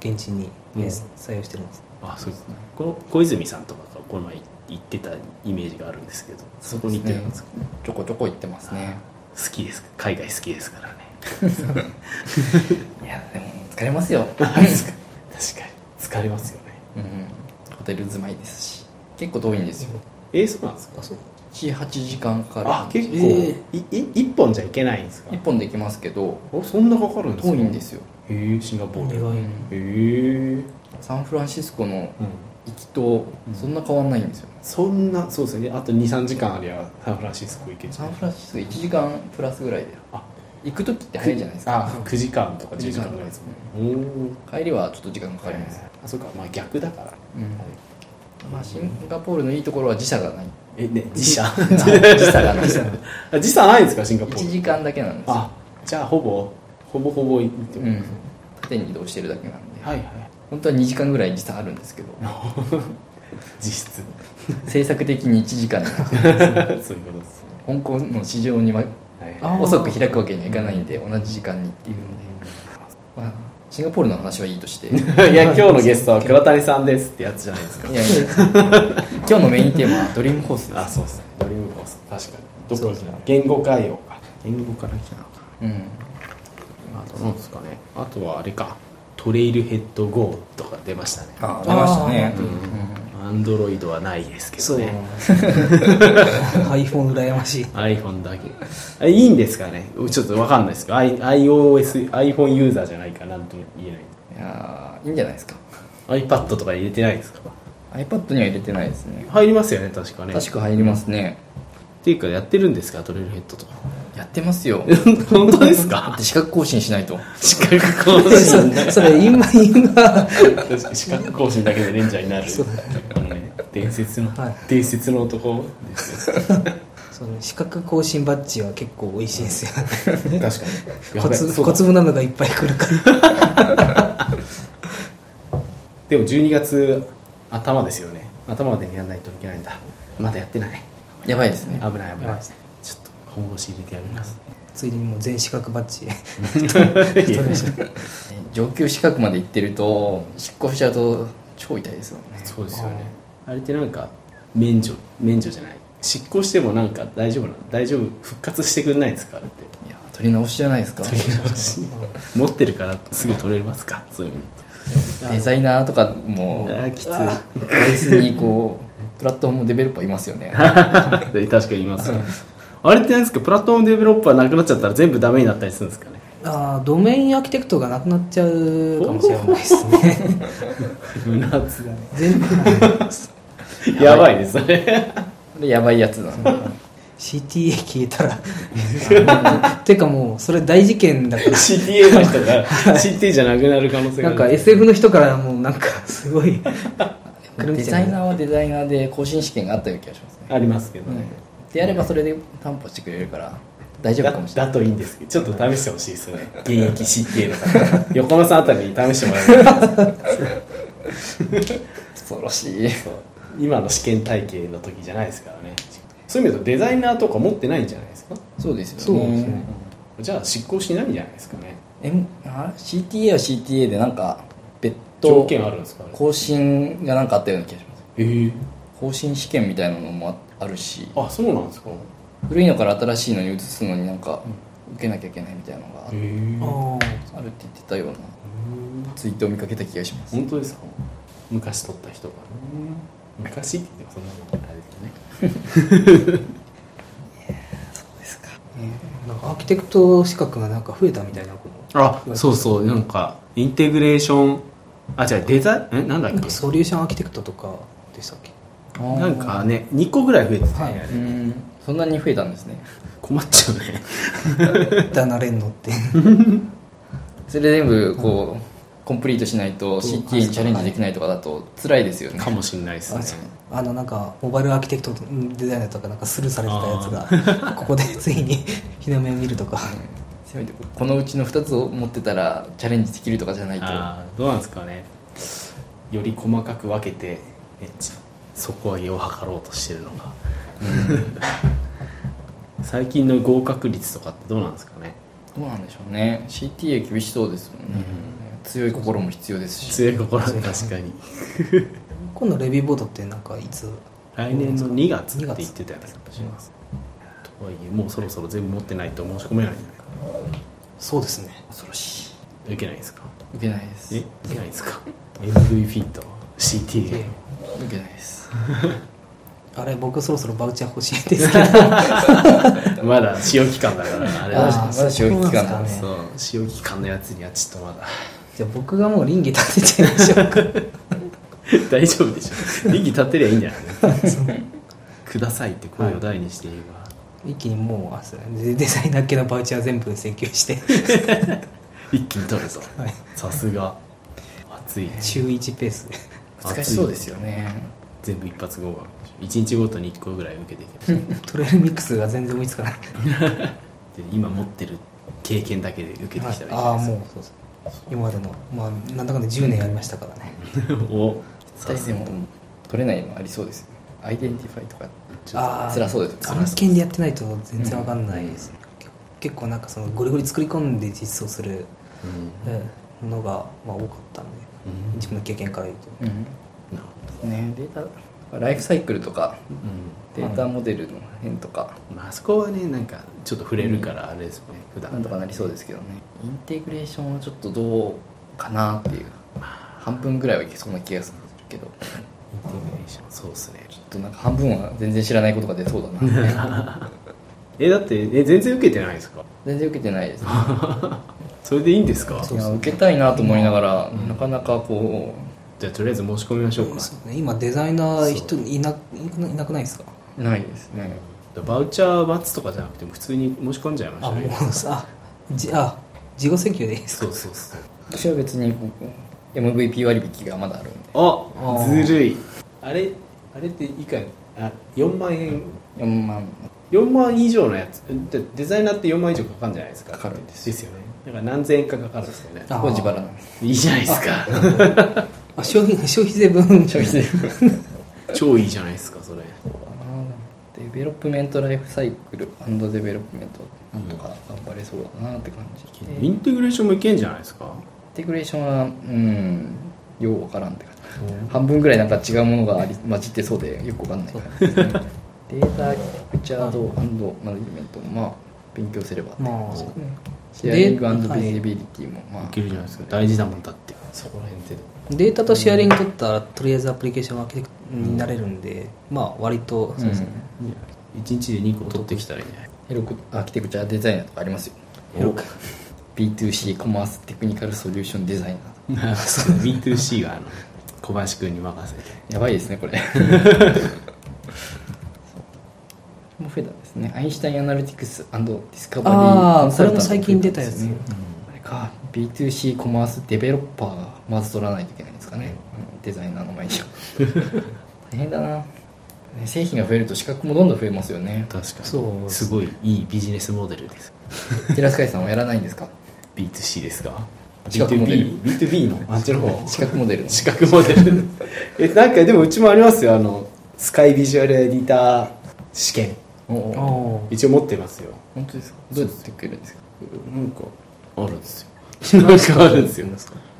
Speaker 3: 現地に、えー
Speaker 2: うん
Speaker 3: 採用してるんです、
Speaker 2: あそうですねこ小泉さんとかがこの前行ってたイメージがあるんですけどそこに行ってるんですか、
Speaker 1: ちょこちょこ行ってますね
Speaker 2: 好きです海外好きですからね
Speaker 1: いやでも疲れますよ、
Speaker 2: 確かに疲れますよね
Speaker 1: うん、ホテル住まいですし結構遠いんですよ
Speaker 2: えー、そうなんですか
Speaker 3: あそう
Speaker 1: 78時間かか
Speaker 2: あ
Speaker 1: る
Speaker 2: 結構、
Speaker 3: え
Speaker 2: いい一本じゃいけないんですか
Speaker 1: 1本で行きますけど
Speaker 2: おそんなかかるんですか
Speaker 1: 遠いんですよ、
Speaker 2: へえシンガポール
Speaker 3: お
Speaker 2: へ
Speaker 3: 願い
Speaker 1: うん
Speaker 2: え
Speaker 1: サンフランシスコの
Speaker 2: うん、
Speaker 1: 行きとそんな変わんないんですよ
Speaker 2: そんなそうですよねあと23時間ありゃサンフランシスコ行けち
Speaker 1: サ
Speaker 2: ゃう
Speaker 1: ンフランシスコ1時間プラスぐらいで
Speaker 2: あ
Speaker 1: 行く時って早いじゃないですか
Speaker 2: あ9時間とか10時間ぐらいですもんねおお
Speaker 1: 帰りはちょっと時間かかります、
Speaker 2: あそうかまあ逆だから
Speaker 1: うんまあ、シンガポールのいいところは時差がない
Speaker 2: えね自社
Speaker 1: 時差がない
Speaker 2: あ 時差ないんですかシンガポール
Speaker 1: 1時間だけなんですよ
Speaker 2: あじゃあほぼほぼほぼ行って
Speaker 1: うん、縦に移動してるだけなんで、
Speaker 2: はい はい
Speaker 1: 本当は2時間ぐらい実はあるんですけど
Speaker 2: 実質
Speaker 1: 制作的に1時間なんで
Speaker 2: そういうことですね
Speaker 1: 香港の市場にま
Speaker 2: はいはい
Speaker 3: あー
Speaker 1: 遅く開くわけにはいかないんで同じ時間にっていうので、まあ、シンガポールの話はいいとしてい
Speaker 2: いや今日のゲストは倉谷さんですってやつじゃないですか
Speaker 1: やいや今日のメインテーマはドリームホースで
Speaker 2: あ
Speaker 1: す、
Speaker 2: そうですねドリームコース確かに
Speaker 3: そうですね
Speaker 2: 言語概要か言語から来たのか
Speaker 1: うん、
Speaker 2: あとなんですかねあとはあれかトレイルヘッド GO とか出ましたね
Speaker 1: あ出ましたね
Speaker 2: う、んアンドロイドはないですけ
Speaker 3: そ
Speaker 2: ど
Speaker 3: う
Speaker 2: ね
Speaker 3: iPhone 羨ましい
Speaker 2: iPhone だけあいいんですかねちょっとわかんないですけど I- iOS iPhone ユーザーじゃないからなんとも言え
Speaker 1: うん
Speaker 2: ない
Speaker 1: いやーいいんじゃないですか
Speaker 2: iPad とか入れてないですか
Speaker 1: iPad には入れてないですね
Speaker 2: 入りますよね確かね
Speaker 1: 確か入りますね
Speaker 2: っていうかやってるんですかトレイルヘッドとか
Speaker 1: やってますよ
Speaker 2: 本当です
Speaker 1: だっ
Speaker 2: か
Speaker 1: て資格更新しないと
Speaker 2: 資格更新
Speaker 3: そそれ今今
Speaker 2: 資格更新だけでレンジャーになるあのね伝説の、
Speaker 3: はい
Speaker 2: 伝説の男ですよ
Speaker 3: その資格更新バッジは結構美味しいんですよ
Speaker 2: 確かに
Speaker 3: 小
Speaker 2: そう
Speaker 3: 粒
Speaker 2: だ
Speaker 3: 小粒なのがいっぱい来るから
Speaker 2: でも12月頭ですよね頭までにやらないといけないんだまだやってない
Speaker 1: やばいですね
Speaker 2: 危ない危
Speaker 3: やば
Speaker 2: ないい
Speaker 3: ですね
Speaker 2: ちょっと本腰入れてやります
Speaker 3: ついでにもう全資格バッジ
Speaker 2: いや
Speaker 1: 上級資格まで行ってると執行しちゃうと超痛いですよね
Speaker 2: そうですよねあれってなんか免除免除じゃない執行してもなんか大丈夫な大丈夫復活してくれないんですかあれって
Speaker 1: いや取り直しじゃないですか
Speaker 2: 取り直し持ってるからすぐ取れますかそういうの
Speaker 1: デザイナーとかも
Speaker 2: あーきつい
Speaker 1: ベースにこうプラットフォームデベロッパーいますよね
Speaker 2: で 確かにいますねあれってなんですかプラットフォームデベロッパーなくなっちゃったら全部ダメになったりするんですかね
Speaker 3: あードメインアーキテクトがなくなっちゃうかもしれないです ね
Speaker 2: 胸熱だね
Speaker 3: 全部
Speaker 2: やばいですそれ
Speaker 1: これやばいやつだ
Speaker 3: CTA 消えたらてかもうそれ大事件だから
Speaker 2: CTA の人が CTA じゃなくなる可能性があ
Speaker 3: なん
Speaker 2: る
Speaker 3: か SF の人からもうなんか すごい
Speaker 1: デザイナーはデザイナーで更新試験があったような気がしますね
Speaker 2: ありますけどね、
Speaker 1: であればそれで担保してくれるから大丈夫
Speaker 2: だ
Speaker 1: かもしれない
Speaker 2: だといいんですけどちょっと試してほしいですよね現役 CTA の方横野さんあたりに試してもらえる
Speaker 1: 恐ろしい
Speaker 2: そう今の試験体系の時じゃないですからねそういう意味だとデザイナーとか持ってないんじゃないですか
Speaker 1: そうです
Speaker 3: そ
Speaker 1: よ
Speaker 3: う
Speaker 1: ね
Speaker 3: ですね
Speaker 2: じゃあ執行しないんじゃないですかね
Speaker 1: M あ CTA は CTA でなんか別
Speaker 2: 条
Speaker 1: 途
Speaker 2: 件あるんですかね
Speaker 1: 更新がなんかあったような気がします
Speaker 2: えー、
Speaker 1: 更新試験みたいなのもああるし
Speaker 2: あそうなんですかへ
Speaker 1: 古いのから新しいのに移すのになんか受けなきゃいけないみたいなのがあ
Speaker 2: え
Speaker 3: あ
Speaker 1: あるって言ってたようなツイートを見かけた気がします
Speaker 2: 本当ですか昔撮った人が昔って言ってもそんなのあれですよね
Speaker 3: ーなんかアーキテクト資格がなんか増えたみたいなこ
Speaker 2: あそうそうなんかインテグレーションあ違うデザインえなんだっ
Speaker 3: のソリューションアーキテクトとかでしたっ け
Speaker 2: なんかね2個ぐらい増えてた、
Speaker 3: は
Speaker 2: ね
Speaker 3: い
Speaker 1: うんそんなに増えたんですね
Speaker 2: 困っちゃうね
Speaker 3: だなれんのって
Speaker 1: それ全部こうコンプリートしないと CTA にチャレンジできないとかだと辛いですよね
Speaker 2: かもしれないですね
Speaker 3: あのなんかモバイルアーキテクトのデザイナーとかなんかスルーされてたや つがここでついに日の目を見るとか
Speaker 1: せめてこのうちの2つを持ってたらチャレンジできるとかじゃないと
Speaker 2: あーどうなんですかねより細かく分けてめっちゃ底上げを図ろうとしてるの が最近の合格率とかってどうなんですかね
Speaker 1: どうなんでしょうね CTA 厳しそうですよね、強い心も必要ですし
Speaker 2: 強い心確かに
Speaker 3: 今度レビューボードってなんかいつ
Speaker 2: 来年の2月って言ってたやつかもしれますとはいえもうそろそろ全部持ってないと申し込めないんじゃないかな
Speaker 3: そうですね
Speaker 1: 恐ろしい
Speaker 2: 受けないですか
Speaker 1: 受けないです
Speaker 2: え
Speaker 1: 受
Speaker 2: 受けないですか MVP と CTA
Speaker 1: けないです
Speaker 3: あれ僕そろそろバウチャー欲しいんですけど
Speaker 2: まだ使用期間だからあれ
Speaker 1: あー
Speaker 2: は
Speaker 1: まだ使用期間だ
Speaker 3: そうなんですか
Speaker 2: そ
Speaker 3: ね
Speaker 2: う使用期間のやつにはちょっとまだ
Speaker 3: じゃあ僕がもう倫理立てちゃいましょうか
Speaker 2: 大丈夫でしょ利益立てりゃいいんじゃないくださいって声を大にして言えば、
Speaker 3: 一気にもうあそうデデザイナー系のバウチャー全部請求して
Speaker 2: 一気に取ると
Speaker 3: はい
Speaker 2: さすが熱い
Speaker 3: 週1ペースで
Speaker 1: 難しそうですよね
Speaker 2: 全部一発合格1日ごとに1個ぐらい受けていけます
Speaker 3: トレイルミックスが全然追いつかない
Speaker 2: で今持ってる経験だけで受けてきたらいいじゃ
Speaker 3: あ
Speaker 2: な
Speaker 3: あ
Speaker 2: いです
Speaker 3: も
Speaker 2: か
Speaker 3: うそうそう今までの、まあ、なんだかんだ10年やりましたからね、
Speaker 2: お
Speaker 1: 2人でも取れないのありそうですよねアイデンティファイとかちょっ
Speaker 3: あー
Speaker 1: と辛そうです
Speaker 3: 案件でやってないと全然わかんないです、け結構なんかそのゴリゴリ作り込んで実装する
Speaker 2: うん
Speaker 3: うんのが、まあ、多かったんで、
Speaker 2: うん
Speaker 3: 自分の経験から言うと、
Speaker 1: うん
Speaker 2: なるほど
Speaker 1: ねデータライフサイクルとか
Speaker 2: う
Speaker 1: データモデルの辺とか
Speaker 2: んまああそこはねなんかちょっと触れるからあれですよね、普段
Speaker 1: なんとかなりそうですけどねインテグレーションはちょっとどうかなっていう半分ぐらいはいけそうな気がするけど
Speaker 2: インテグレーションそうですね
Speaker 1: ちょっとなんか半分は全然知らないことが出そうだな
Speaker 2: えだってえ全然受けてないですか
Speaker 1: 全然受けて ないです
Speaker 2: それでいいんですか
Speaker 1: いや受けたいなと思いながら、なかなかこ
Speaker 2: じゃあとりあえず申し込みましょうか
Speaker 3: そうね今デザイナー人いないないなくないですか
Speaker 1: うないですね
Speaker 2: バウチャー待つとかじゃなくても普通に申し込んじゃいまし
Speaker 3: あ
Speaker 2: た
Speaker 3: も
Speaker 2: ね
Speaker 3: うさじあ事後請求でいいですか
Speaker 2: そうそう そう
Speaker 1: 私は別にこう MVP 割引がまだあるんで
Speaker 2: あ
Speaker 3: あー
Speaker 2: ずるいあれあれっていくらあ4万円
Speaker 1: 4万
Speaker 2: 4万以上のやつでデザイナーって4万以上かかるんじゃないですか
Speaker 1: かかるんです
Speaker 2: ですよねだから何千円かかかるんですよね
Speaker 3: あ
Speaker 1: そこは自腹なんです
Speaker 2: いいじゃないですか
Speaker 3: あ消費 消費税分
Speaker 1: 消費税
Speaker 2: 超いいじゃないですかそれ
Speaker 1: デベロップメントライフサイクルデベロップメントなんとか頑張れそうだなって感じ、で
Speaker 2: イ
Speaker 1: イン
Speaker 2: ンテグレーションもいけんじゃないですか
Speaker 1: テグレーションはうんようわからんって感じ半分ぐらいなんか違うものがあり混じってそうでよくわかんないから、データアーキテクチャードマネジメントもまあ勉強すればって感じですねシェアリングビジビリティもまあ
Speaker 2: いけるじゃないですか大事だもんだってそこら辺って
Speaker 3: データとシェアリング取ったらとりあえずアプリケーションアーキテクトになれるんで、まあ割とそうですね、
Speaker 2: 1日で2個取ってきたらいいんじゃない
Speaker 1: ヘロクアーキテクチャデザイナーとかありますよ
Speaker 2: ヘロク
Speaker 1: B2C コマーステクニカルソリューションデザイナー
Speaker 2: B2C があの小林君に任せて
Speaker 1: やばいですねこ れそうもう増えたんですねアインシュタインアナリティクスディスカバリー
Speaker 3: あ
Speaker 1: コ
Speaker 3: あ
Speaker 1: ン
Speaker 3: こ
Speaker 1: サ
Speaker 3: れ
Speaker 1: ルタン
Speaker 3: も
Speaker 1: ト
Speaker 3: 最近出たやつ、
Speaker 1: ねあれか B2C コマースデベロッパーがまず取らないといけないんですかね、うんデザイナーの前 に大変だなね製品が増えると資格もどんどん増えますよね
Speaker 2: 確かに
Speaker 3: そう
Speaker 2: すごいいいビジネスモデルです
Speaker 1: 寺スカイさんはやらないんですか
Speaker 2: B2C ですか
Speaker 1: 資格モデル
Speaker 2: B2B B2B のあっちの方
Speaker 1: 資格モデルの
Speaker 2: 資格モデル えなんかでもうちもありますよあのスカイビジュアルエディター試験
Speaker 1: おお
Speaker 3: おお
Speaker 2: 一応持ってますよ
Speaker 1: 本当ですかどうやってくれるんですか
Speaker 2: なんかあるんですよ なんかあるんですよ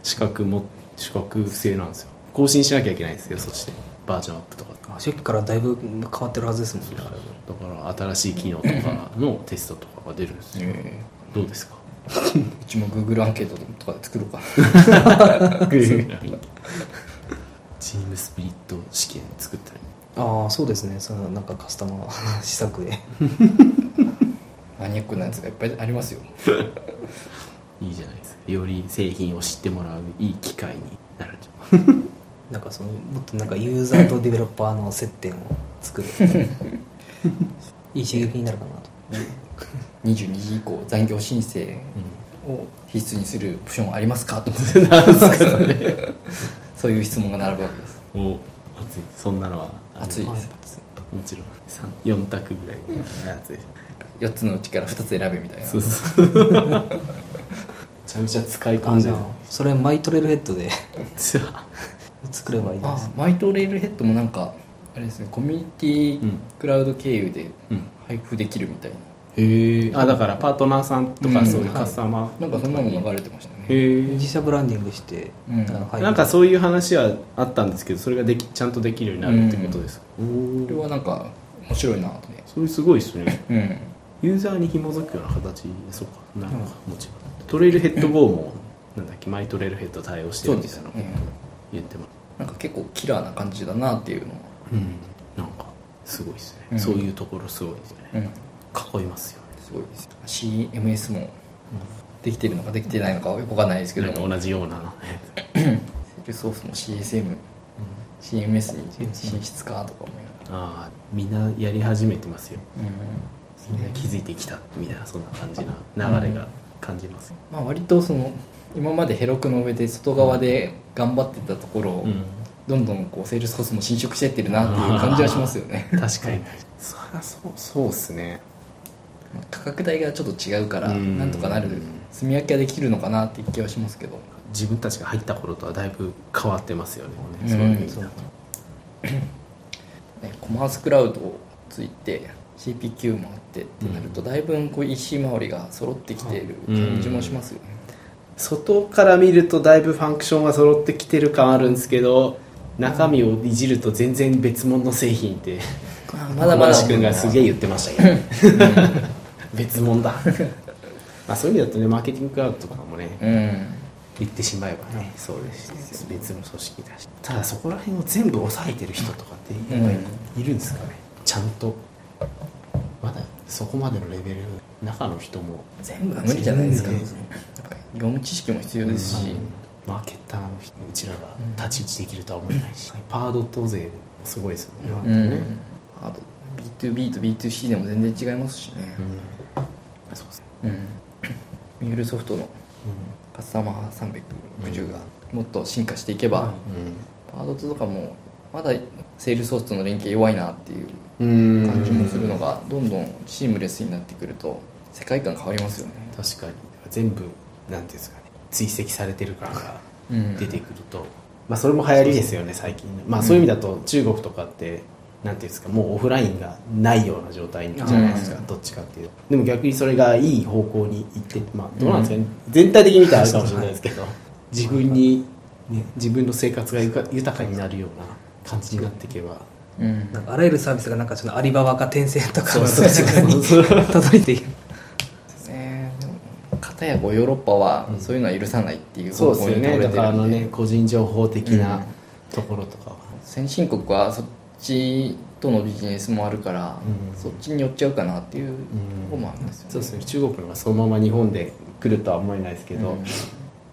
Speaker 2: 資格も資格制なんですよ更新しなきゃいけないんですよそしてバージョンアップとか
Speaker 3: あ初期からだいぶ変わってるはずですもんね
Speaker 2: だから新しい機能とかのテストとかが出るんですよ
Speaker 1: え
Speaker 2: どうです か
Speaker 1: うちも Google アンケートとかで作ろうかな
Speaker 2: チームスピリット試験作ったり
Speaker 3: ああそうですねそのなんかカスタマー 試作で
Speaker 1: マニアックなやつがいっぱいありますよ
Speaker 2: いいじゃないですかより製品を知ってもらういい機会になるんじゃない
Speaker 3: なんかそのもっとなんかユーザーとデベロッパーの接点を作るいい刺激になるかなと
Speaker 1: 22時以降残業申請を必須にするオプションありますかと思ってそういう質問が並ぶわけです
Speaker 2: お熱いそんなのは
Speaker 1: 熱い
Speaker 2: も
Speaker 1: です
Speaker 2: ちろん三四択ぐらい熱い
Speaker 1: 4つのうちから2つ選べみたいな
Speaker 2: そうそうめちゃめちゃ使い込
Speaker 3: あ
Speaker 2: んで
Speaker 3: じゃ
Speaker 2: る
Speaker 3: あそれマイトレルヘッドで
Speaker 2: 実は
Speaker 3: 作ればいいで
Speaker 1: あ
Speaker 3: す
Speaker 1: マイトレールヘッドもなんかあれですねコミュニティクラウド経由で
Speaker 2: うん
Speaker 1: 配布できるみたいな、
Speaker 2: へえあだからパートナーさんとか
Speaker 1: うん
Speaker 2: そういうカスタマー
Speaker 1: なんかそんなの流れてましたね
Speaker 2: へえ
Speaker 3: 自社ブランディングして、
Speaker 1: うん
Speaker 3: あの配
Speaker 2: なんかそういう話はあったんですけどそれができちゃんとできるようになるってことです、お
Speaker 1: これ
Speaker 2: お
Speaker 1: はなんか面白いなとね
Speaker 2: それすごいですね
Speaker 1: うん
Speaker 2: ユーザーに紐づくような形そうかなんかもちろんトレイルヘッド GO もなんだっけマイトレイルヘッド対応して
Speaker 1: そ
Speaker 2: る
Speaker 1: う
Speaker 2: み
Speaker 1: で
Speaker 2: たい
Speaker 1: す
Speaker 2: な
Speaker 1: よ
Speaker 2: の
Speaker 1: ね
Speaker 2: 言ってます
Speaker 1: なんか結構キラーな感じだなっていうのは、
Speaker 2: うんなんかすごいですね、
Speaker 1: うん
Speaker 2: そういうところすごいですね
Speaker 1: うん、
Speaker 2: 囲いますよね
Speaker 1: すごいです CMS もできてるのかできてないのかよくわかんないですけ
Speaker 2: な
Speaker 1: ど
Speaker 2: んか
Speaker 1: も
Speaker 2: 同じような
Speaker 1: セルソースも CSM、CMS に進出かとか思いなが
Speaker 2: ああみんなやり始めてますよ
Speaker 1: ら、
Speaker 2: みんな気づいてきたみたいなそんな感じな流れが感じます、
Speaker 1: まあ、割とその今までヘロクの上で外側で頑張ってたところを、
Speaker 2: うん
Speaker 1: どんどんこうセールスフォースも侵食してってるなっていう感じはしますよ ね
Speaker 2: 確かにそりゃそうそうっすね
Speaker 1: 価格帯がちょっと違うから
Speaker 2: うん
Speaker 1: なんとかなる住み分けはできるのかなって気はしますけど
Speaker 2: 自分たちが入った頃とはだいぶ変わってますよね。
Speaker 1: うん
Speaker 2: そういう意味
Speaker 1: そ
Speaker 2: だ
Speaker 1: う
Speaker 2: と
Speaker 1: ねコマースクラウドをついて CPQ もあってってなると、だいぶこう石回りが揃ってきている感じもしますよね、
Speaker 2: 外から見るとだいぶファンクションが揃ってきてる感あるんですけど中身をいじると全然別物の製品って
Speaker 1: あま
Speaker 2: ま
Speaker 1: だまだ
Speaker 2: 小林君がすげえ言ってましたけど別物だ まあそういう意味だとねマーケティングクラウドとかもね、
Speaker 1: うん
Speaker 2: 言ってしまえばね、そうですし別の組織だしだただそこら辺を全部抑えてる人とかってやっぱりいるんですかね、ちゃんとまだそこまでのレベル中の人も
Speaker 1: 全部は無理じゃないですか、
Speaker 2: うん
Speaker 1: やっぱり業務知識も必要ですし、
Speaker 2: マーケッターの人うちらが太刀打ちできるとは思えないし、パードット勢もすごいですよね、
Speaker 1: うんあと B2B と B2C でも全然違いますしね
Speaker 2: うんそうですね
Speaker 1: うんミュールソフトのカスタマー360がもっと進化していけば、パード2とかもまだセールソースとの連携弱いなっていう
Speaker 2: うん
Speaker 1: 感じもするのがどんどんシームレスになってくると世界観変わりますよね
Speaker 2: 確かに全部なんていうんですかね追跡されてる感が
Speaker 1: うん
Speaker 2: 出てくると、まあ、それも流行りですよね最近ね、まあ、そういう意味だと中国とかってなんていうんですかもうオフラインがないような状態じゃないですか、
Speaker 1: うん
Speaker 2: どっちかっていうとでも逆にそれがいい方向に行って、まあ、どうなんですかね、全体的に見たらあるかもしれないですけど自分に、ね、自分の生活がゆか豊かになるような感じになっていけば
Speaker 1: うん
Speaker 3: なんかあらゆるサービスがなんかちょっとアリババかテンセントかの
Speaker 2: そうそうそう
Speaker 3: 世界に届いている
Speaker 1: ねでも片やこうヨーロッパは
Speaker 2: うん
Speaker 1: そういうのは許さないっていう
Speaker 2: そ
Speaker 1: 方向
Speaker 2: うですよ
Speaker 1: に取
Speaker 2: ね
Speaker 1: れ
Speaker 2: だ
Speaker 1: て
Speaker 2: からあ
Speaker 1: る
Speaker 2: の
Speaker 1: んで
Speaker 2: ね個人情報的
Speaker 1: うん
Speaker 2: なところとかは、
Speaker 1: 先進国はそっちとのビジネスもあるから、
Speaker 2: うん
Speaker 1: そっちに寄っちゃうかなっていうとこもあるんですよね、
Speaker 2: そうですね中国のがそのまま日本で来るとは思えないですけど、
Speaker 1: うん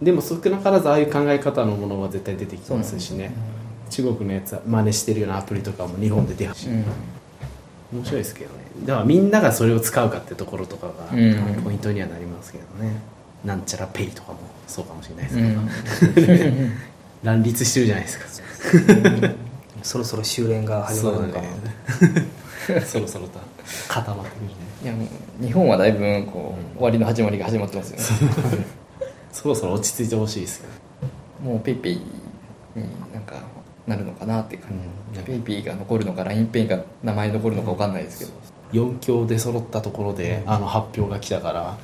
Speaker 2: でも少なからずああいう考え方のものは絶対出てきますしね中国のやつは真似してるようなアプリとかも日本で出始
Speaker 1: う
Speaker 2: め
Speaker 1: ん
Speaker 2: 面白いですけどねだからみんながそれを使うかってところとかが
Speaker 1: うん
Speaker 2: ポイントにはなりますけどね、なんちゃらペイとかもそうかもしれないです
Speaker 1: う
Speaker 2: けど、
Speaker 1: ん
Speaker 2: 乱立してるじゃないですか
Speaker 3: そろそろ修練が始まるのかな、
Speaker 2: ねそろそろと固まってくるね
Speaker 1: いやもう日本はだいぶこう、
Speaker 2: うん
Speaker 1: 終わりの始まりが始まってますよ ね
Speaker 2: そろそろ落ち着いてほしいですけど
Speaker 1: もうペイペイになんかなるのかなって感じ、
Speaker 2: うん
Speaker 1: ペイペイが残るのか LINEPay が名前残るのか分かんないですけど、
Speaker 2: 4強で揃ったところであの発表が来たから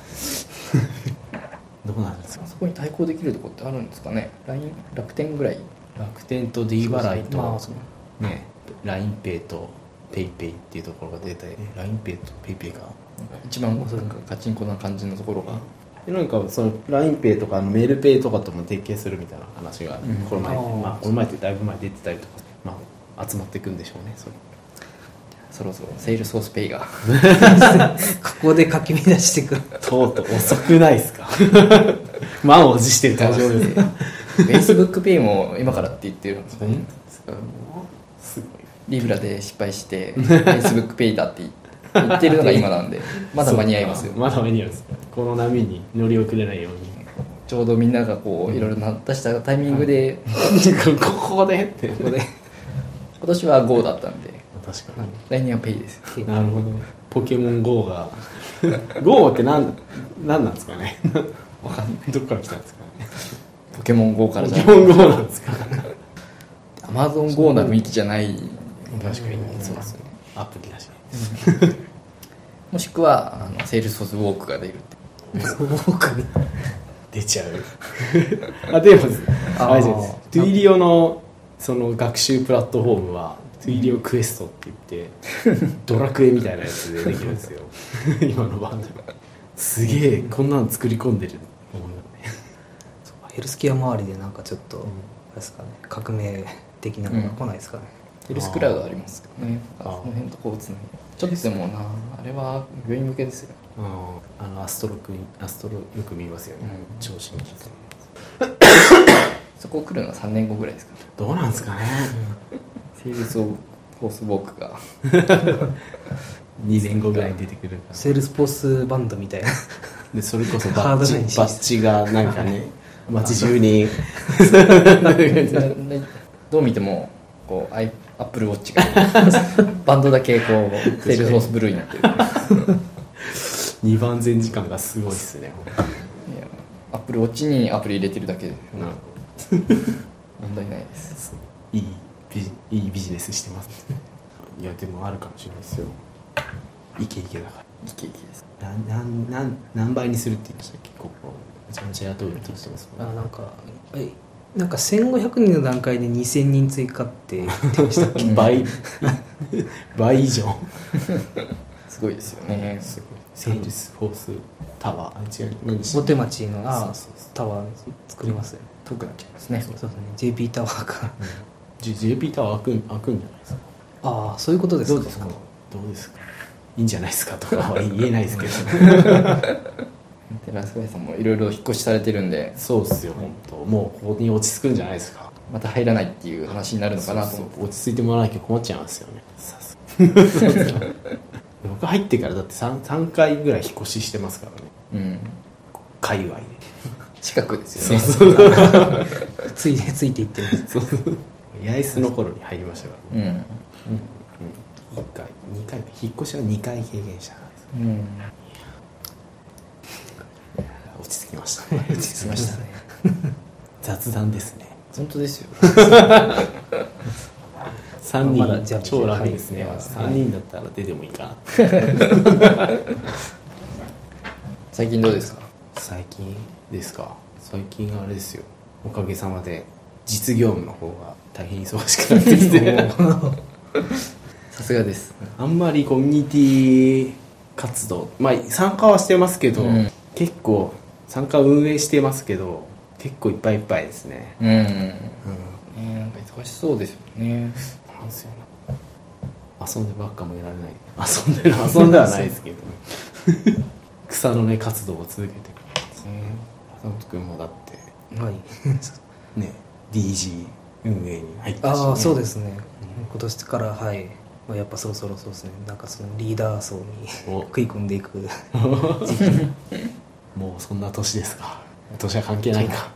Speaker 2: どうなんですか
Speaker 1: あそこに対抗できるとこってあるんですかね LINE 楽天ぐらい
Speaker 2: 楽天と D 払いと
Speaker 3: まあその
Speaker 2: ね l i n e イと PayPay っていうところが出て l i n e イと PayPay か
Speaker 1: 一番なんかガチンコな感じのところが
Speaker 2: でなんかその l i n e イとかあのメールペイとかとも提携するみたいな話が
Speaker 1: うん
Speaker 2: この前、
Speaker 3: あー
Speaker 2: まあ、この前ってだいぶ前出てたりとか、まあ、集まっていくんでしょうねそれ
Speaker 1: そろそろセールソースペイが
Speaker 3: ここでかき乱してくる
Speaker 2: とうとう遅くないですか 満を持してる感じですね
Speaker 1: FacebookPay も今からって言ってるんですよね
Speaker 2: すごい
Speaker 1: リブラで失敗して FacebookPay だって言ってるのが今なんでまだ間に合いますよ
Speaker 2: そうまだ間に合いますこの波に乗り遅れないように
Speaker 1: ちょうどみんながこういろいろな出したタイミングで
Speaker 2: ここでって
Speaker 1: ここで今年は GO だったんで
Speaker 2: 確か
Speaker 1: 来年は Pay ですよ
Speaker 2: になるほどポケモン GO が GO って何なんなんですかねわかんない どっから来たんですかね
Speaker 1: ポケモン GO から
Speaker 2: ポ
Speaker 1: じゃ
Speaker 2: ケ
Speaker 1: な
Speaker 2: モン GO なんですか
Speaker 1: アマゾン GO な雰囲気じゃない
Speaker 2: 確かに
Speaker 1: そうですね
Speaker 2: アプリだしね
Speaker 1: もしくはあのセールソースウォークが出るって
Speaker 2: 出ちゃう あでもあれじゃないです
Speaker 3: あ
Speaker 2: トゥイリオのその学習プラットフォームはトゥイリオクエストって言ってドラクエみたいなやつでできるん ですよ今のバンドすげえこんなの作り込んでる
Speaker 3: ヘルスケア周りでなんかちょっと、あれですかね革命的なのが来ないですかね、
Speaker 1: ヘルスクラウドありますけどね
Speaker 2: あ
Speaker 1: そ
Speaker 2: ー
Speaker 1: の辺とこうつなぎちょっとでもなあれは病院向けですよ
Speaker 2: うんあのアストロくんアストロよく見ますよね、
Speaker 1: うん
Speaker 2: 超新規さん
Speaker 1: そこ来るのは3年後ぐらいですか
Speaker 2: どうなんですかね
Speaker 1: セールソースウォーク が
Speaker 2: 2年後ぐらいに出てくるから
Speaker 3: セールスポースバンドみたいな
Speaker 2: でそれこそ
Speaker 3: ハ
Speaker 2: バ
Speaker 3: ー
Speaker 2: ッ
Speaker 3: ド
Speaker 2: ジ
Speaker 3: な
Speaker 2: バ
Speaker 3: 一日
Speaker 2: ッジがなんかね街中に
Speaker 1: どう見てもこうアイアップルウォッチが バンドだけこうセールソースブルーになってるいや
Speaker 2: 2番前時間がすごいっすね
Speaker 1: アップルウォッチにアプリ入れてるだけで
Speaker 2: なるほ
Speaker 1: 問題ないです
Speaker 2: どいいビジいいビジネスしてますいやでもあるかもしれないですよイケイケだか
Speaker 1: イケイケです
Speaker 2: らなんなんなん何倍にするって言いましたっけここめちゃめちゃ雇うよって言ってます
Speaker 3: あ
Speaker 2: もんね
Speaker 3: なんかえなんか1500人の段階で2000人追加って言ってました っけ
Speaker 1: うん
Speaker 2: 倍倍以上
Speaker 1: すごいですよね
Speaker 2: すごいセールスフォースタワーあ違う何でした
Speaker 3: 大
Speaker 2: っ
Speaker 3: 手町のあ
Speaker 2: そうそうそう
Speaker 3: タワー作りますよ
Speaker 1: 遠くなっちゃいますね
Speaker 3: そうですね JP タワーから
Speaker 2: け J- JP タワー開くん開くんじゃないですか
Speaker 3: ああそういうことですか
Speaker 2: どうですかどうですかいいんじゃないですかとかは言えないですけど
Speaker 1: 寺スさんもいろいろ引っ越しされてるんで
Speaker 2: そうっすよ本当もうここに落ち着くんじゃないですか
Speaker 1: また入らないっていう話になるのかなと
Speaker 2: そ
Speaker 1: 思
Speaker 2: う
Speaker 1: っ
Speaker 2: そ
Speaker 1: て
Speaker 2: う落ち着いてもらわなきゃ困っちゃいますよねさす僕入ってからだって 3, 三回ぐらい引っ越ししてますからね
Speaker 1: うん
Speaker 2: 界隈で
Speaker 1: 近くですよね
Speaker 2: う
Speaker 3: ついついていってる
Speaker 2: そう八重洲の頃に入りましたから、ね
Speaker 1: うん
Speaker 2: うん、1回2回引っ越しは2回経験したからです
Speaker 1: うん
Speaker 2: 落ち着きましたね落ち着きましたね 雑談ですね
Speaker 1: 本当ですよ
Speaker 2: 3
Speaker 3: まだじゃ
Speaker 2: 人
Speaker 3: あ
Speaker 2: 超楽ですね、
Speaker 1: はい
Speaker 2: 3人だったら出てもいいかな
Speaker 1: 最近どうですか
Speaker 2: 最近ですか最近あれですよおかげさまで実業務の方が大変忙しくなってきて
Speaker 1: さすがです
Speaker 2: あんまりコミュニティ活動まあ参加はしてますけど、
Speaker 1: うん
Speaker 2: 結構参加運営してますけど結構いっぱいいっぱいですね
Speaker 1: うんね
Speaker 2: うん
Speaker 1: なんか忙しそうですよね
Speaker 2: なんすよね遊んでばっかもいられない遊んでる遊んではないですけど 草の根活動を続けてくるんですね坂本君もだって
Speaker 3: はい
Speaker 2: ね DG 運営に入ったし、ね、
Speaker 3: ああそうですね今年からはいまあやっぱそろそろそうですねなんかそのリーダー層に
Speaker 2: お
Speaker 3: 食い込んでいく
Speaker 2: もうそんな年ですか年は関係ないか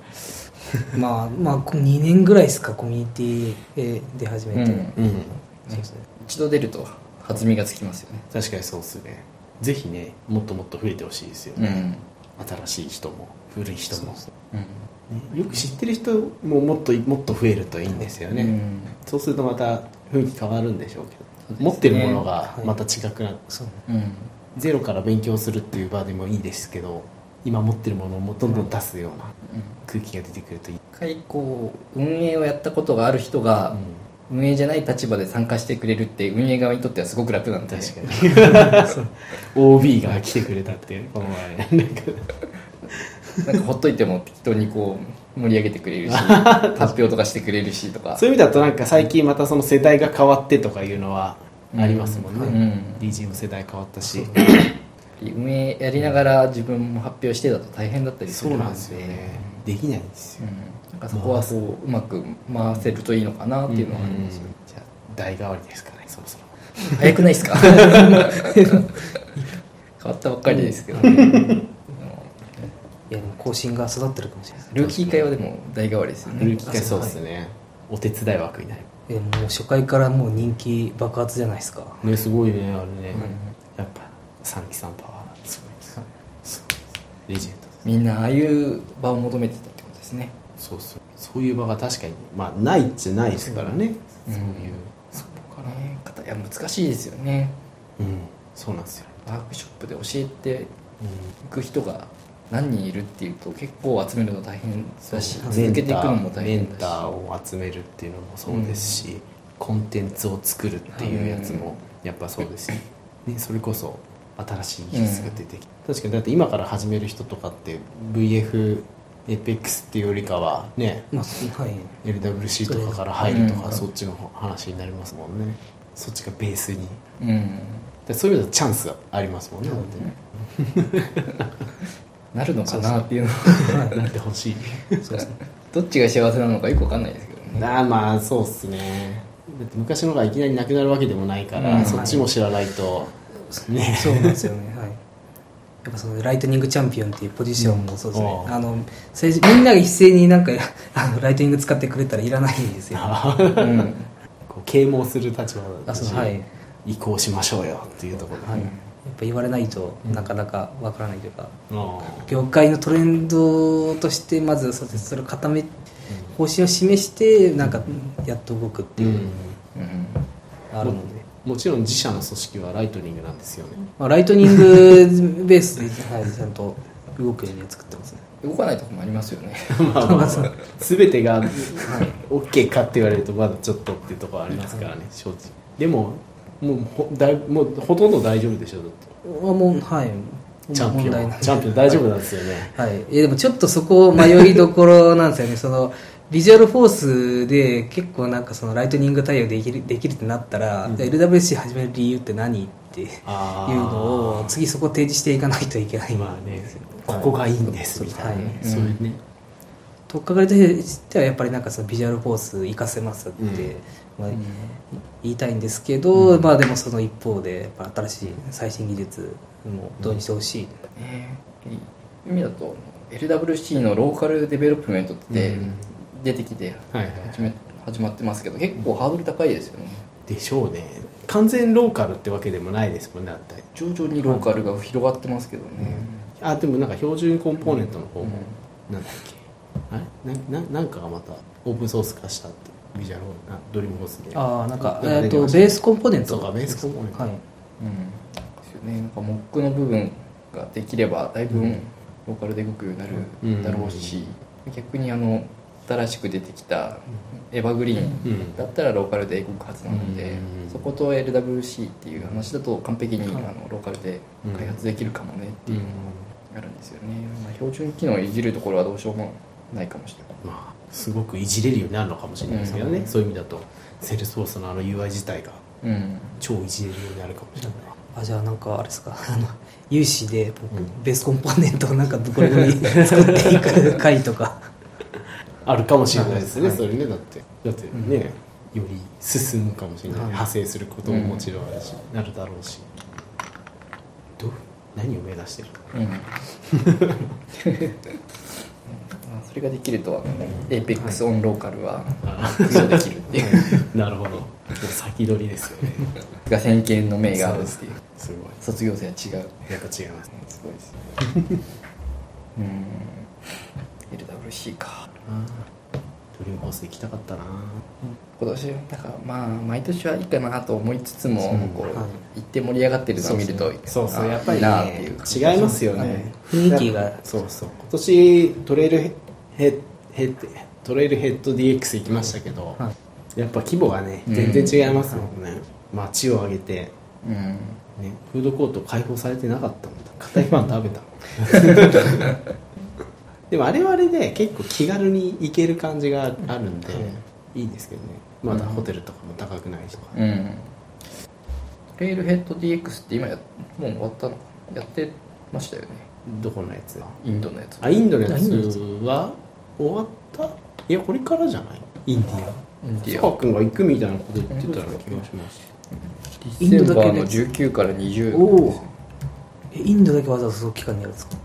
Speaker 3: まあまあこう2年ぐらいですかコミュニティで始めて、
Speaker 1: うん
Speaker 2: うん
Speaker 3: そうですね
Speaker 1: 一度出ると弾みがつきますよね
Speaker 2: 確かにそうっすねぜひねもっともっと増えてほしいですよね、新しい人も古い人も、
Speaker 1: うん
Speaker 2: ねよく知ってる人ももっともっと増えるといいんですよね、
Speaker 1: うん
Speaker 2: そうするとまた雰囲気変わるんでしょうけど
Speaker 1: そうですね
Speaker 2: 持ってるものがまた違くなって、
Speaker 3: そう
Speaker 1: うん
Speaker 2: ゼロから勉強するっていう場でもいいですけど今持ってるものをもうどんどん出すような空気が出てくるといい、
Speaker 1: 一回こう運営をやったことがある人
Speaker 2: う
Speaker 1: が
Speaker 2: ん、
Speaker 1: 運営じゃない立場で参加してくれるって運営側にとってはすごく楽なんで
Speaker 2: 確かにそう OB が来てくれたってこの前なんか
Speaker 1: なんかほっといても適当にこう盛り上げてくれ るし発表とかしてくれるしとか
Speaker 2: そういう意味だとなんか最近またその世代が変わってとかいうのはありますもん
Speaker 1: う
Speaker 2: ね、
Speaker 1: ん
Speaker 2: DJ も世代変わったし
Speaker 1: 運営やりながら自分も発表してだと大変だったりす
Speaker 2: そ
Speaker 1: る
Speaker 2: うなんですよねできないんです
Speaker 1: う
Speaker 2: よ、
Speaker 1: んなんかそこはこううまく回せるといいのかなっていうのはありますよね
Speaker 2: じゃあ代替わりですかねそろそろ
Speaker 1: 早くないです か変わったばっかりですけど、 ね、
Speaker 3: いやでも更新が育ってるかもしれない
Speaker 1: ルーキー会はでも代替わりですよね
Speaker 2: 古い機会そうですねお手伝い枠になる
Speaker 3: えもう初回からもう人気爆発じゃないですか
Speaker 2: ねすごいねあれ
Speaker 1: う
Speaker 2: ね、
Speaker 1: ん
Speaker 2: やっぱ三木さんパワーすごいですそうレジェンドです
Speaker 1: みんなああいう場を求めてたってことですね
Speaker 2: そうそうそういう場が確かにまあないっちゃないですからね、
Speaker 1: うん
Speaker 2: そういう
Speaker 1: そこからね方いや難しいですよね
Speaker 2: うんそうなんですよ、
Speaker 1: ワークショップで教えて
Speaker 2: うん
Speaker 1: いく人が何人いるっていうと結構集めるの大変だし
Speaker 2: そう
Speaker 1: 続けていくのも大変
Speaker 2: メン
Speaker 1: だし
Speaker 2: ターメンターを集めるっていうのもそうですし、コンテンツを作るっていうやつもやっぱそうですし、ね、それこそ新しい技術が出てきて、確かにだって今から始める人とかって VF エペックスっていうよりかはね
Speaker 3: まあそはい
Speaker 2: LWC とかから入るとか、
Speaker 1: うん
Speaker 2: そっちの話になりますもんねそっちがベースに
Speaker 1: うん
Speaker 2: でそういう意味ではチャンスありますもんね、だってね
Speaker 1: なるのかなっていうのは
Speaker 2: なってほしい
Speaker 3: そうですね
Speaker 1: どっちが幸せなのかよくわかんないですけどね
Speaker 2: ああまあそうっすねだって昔のがいきなりなくなるわけでもないから、
Speaker 1: うん
Speaker 2: そっちも知らないと、ね
Speaker 3: そうなんですよねはいやっぱそのライトニングチャンピオンっていうポジションもそうですね、
Speaker 2: うん
Speaker 3: あの政治みんなが一斉になんか あのライトニング使ってくれたらいらないんですよ
Speaker 1: うん
Speaker 2: こう啓蒙する立場だ
Speaker 3: あ
Speaker 2: し、
Speaker 3: そうはい
Speaker 2: 移行しましょうよっていうところ、
Speaker 3: はいやっぱ言われないとなかなかわからないというか、
Speaker 2: あ
Speaker 3: 業界のトレンドとしてまずそうですそれを固め方針を示してなんかやっと動くって
Speaker 2: う
Speaker 3: い
Speaker 2: ん
Speaker 3: う
Speaker 1: うん
Speaker 3: のがあるので、
Speaker 2: もちろん自社の組織はライトニングなんですよね
Speaker 3: まあ、ライトニングベースで、はい、ちゃんと動くように作ってますね
Speaker 1: 動かないとこもありますよね
Speaker 2: ま あまあ全てが OK かって言われるとまだちょっとっていうところありますからね正直でももうほだいもうほとんど大丈夫でしょだって
Speaker 3: あもうはい
Speaker 2: チャンピ
Speaker 3: 問
Speaker 2: オ
Speaker 3: 題
Speaker 2: ン
Speaker 3: ない
Speaker 2: チャンピオン大丈夫なんですよね、
Speaker 3: はい、えでもちょっとそこ迷いどころなんですよ ねそのビジュアルフォースで結構なんかそのライトニング対応できるできるってなったら、
Speaker 2: うん
Speaker 3: LWC 始める理由って何って いう
Speaker 2: あー
Speaker 3: のを次そこ提示していかないといけない
Speaker 2: まあねここがいいんですみたいな、ね
Speaker 3: はい
Speaker 2: そういうね、
Speaker 3: とっかかりとしてはやっぱりなんかそのビジュアルフォース活かせますって、まあ言いたいんですけど、まあでもその一方でやっぱ新しい最新技術も導入してほしい、
Speaker 1: えー意味だと LWC のローカルデベロップメントって
Speaker 2: うん
Speaker 1: 出てきて
Speaker 2: はいはい
Speaker 1: 始め始まってますけど結構ハードル高いですよね
Speaker 2: でしょうね完全ローカルってわけでもないですもんねだって
Speaker 1: 徐々にローカルが広がってますけどね、
Speaker 2: あでもなんか標準コンポーネントの方も、なんだっけあれなななんかがまたオープンソース化したってビジュアルあドリームホースで
Speaker 3: ああなん
Speaker 2: な
Speaker 3: か、
Speaker 2: んか
Speaker 3: え
Speaker 2: 出
Speaker 3: って
Speaker 2: ま
Speaker 3: と
Speaker 2: したね
Speaker 3: ベースコンポーネント
Speaker 2: そうかベースコンポーネント
Speaker 3: はい
Speaker 1: うんですよねなんかモックの部分ができればだいぶローカルで動くようにな
Speaker 2: うん
Speaker 1: るだろうし、逆にあの新しく出てきたエヴァグリー
Speaker 2: う
Speaker 1: ン
Speaker 2: ん
Speaker 1: だったらローカルで動くはずなので、
Speaker 2: うん
Speaker 1: そこと LWC っていう話だと完璧にあのローカルで開発できるかもねっていうのがあるんですよね、まあ標準機能をいじるところはどうしようもないかもしれない
Speaker 2: まあすごくいじれるようになるのかもしれないですけどね、
Speaker 1: うん
Speaker 2: そういう意味だとセルスフォースのあの UI 自体が
Speaker 1: うん
Speaker 2: 超いじれるようになるかもしれない、
Speaker 3: あじゃあなんかあれですか あの有志で僕、
Speaker 2: うん
Speaker 3: ベースコンポーネントをなんかどこれに作っていく回とか
Speaker 2: あるかもしれないですね、
Speaker 3: はい
Speaker 2: それねだってだってね、より進むかもしれない、
Speaker 3: はい
Speaker 2: 派生することももちろんあるし、なるだろうしどう何を目指して
Speaker 1: うん
Speaker 2: るの
Speaker 1: まあ それができるとは APEX オンローカルは利用できるっていう
Speaker 2: なるほど先取りですよね
Speaker 1: が先見の明があるっていう
Speaker 2: すごい
Speaker 1: 卒業生は違う
Speaker 2: やっぱ違いますね
Speaker 1: すごいですねうーん LWC か
Speaker 2: ドリームコース行きたかったな
Speaker 1: 今年だからまあ毎年はいいかなと思いつつも
Speaker 2: そう
Speaker 1: こう
Speaker 3: はい
Speaker 1: 行って盛り上がってるのを見ると
Speaker 2: そうそう
Speaker 1: あ
Speaker 2: やっぱり
Speaker 1: いいなってい
Speaker 2: ね
Speaker 1: う
Speaker 2: 違いますよね
Speaker 3: 雰囲気が
Speaker 2: そうそう今年トレイルヘッヘットレイルヘッド DX 行きましたけど、
Speaker 3: は
Speaker 2: やっぱ規模がね
Speaker 1: うん
Speaker 2: 全然違いますもんね、街を挙げて
Speaker 1: うん
Speaker 2: ね、フードコート開放されてなかったもんだ硬いパン食べたもん でもあれはあれで結構気軽に行ける感じがあるんで、いいんですけどねまだホテルとかも高くないしとか、
Speaker 1: うんレールヘッド DX って今やもう終わったのかやってましたよね
Speaker 2: どこのやつ
Speaker 1: インドのやつ
Speaker 2: あインドのやつ
Speaker 3: インドのや
Speaker 2: は終わったいやこれからじゃないインディア
Speaker 1: インディ
Speaker 2: 坂
Speaker 1: ア
Speaker 2: 君が行くみたいなこと言ってたような気がします
Speaker 3: インドだ
Speaker 1: デ
Speaker 3: け
Speaker 1: ィ
Speaker 3: で
Speaker 1: センバーの19から20
Speaker 3: おおーえインドだけわざわざその期間にやるんですか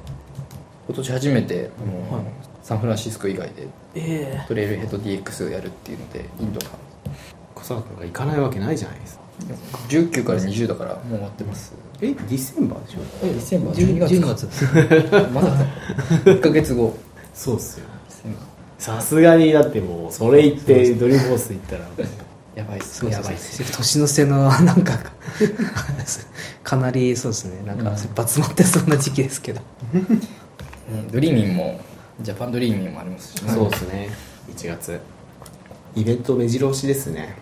Speaker 1: 今年初めてあの、
Speaker 3: はい
Speaker 1: サンフランシスコ以外で
Speaker 3: え
Speaker 1: トレイルヘッド DX をやるっていうのでインドが
Speaker 2: 小坂君が行かないわけないじゃないですか
Speaker 1: 19から20だからもう終わってます
Speaker 2: えディセンバーでしょ
Speaker 1: えディセンバー
Speaker 3: 12
Speaker 1: 12
Speaker 3: 月
Speaker 1: 月
Speaker 3: 月
Speaker 1: ま だか1ヶ月後
Speaker 2: そうっすよさすがにだってもうそれ行ってドリームホース行ったら
Speaker 1: やばいっす
Speaker 3: やばいですね年の瀬のなんか かなりそうですねなんかバツ待ってそうな時期ですけど
Speaker 1: ねドリーミンもジャパンドリーミンもありますしね
Speaker 2: そうですね1月イベント目白押しですね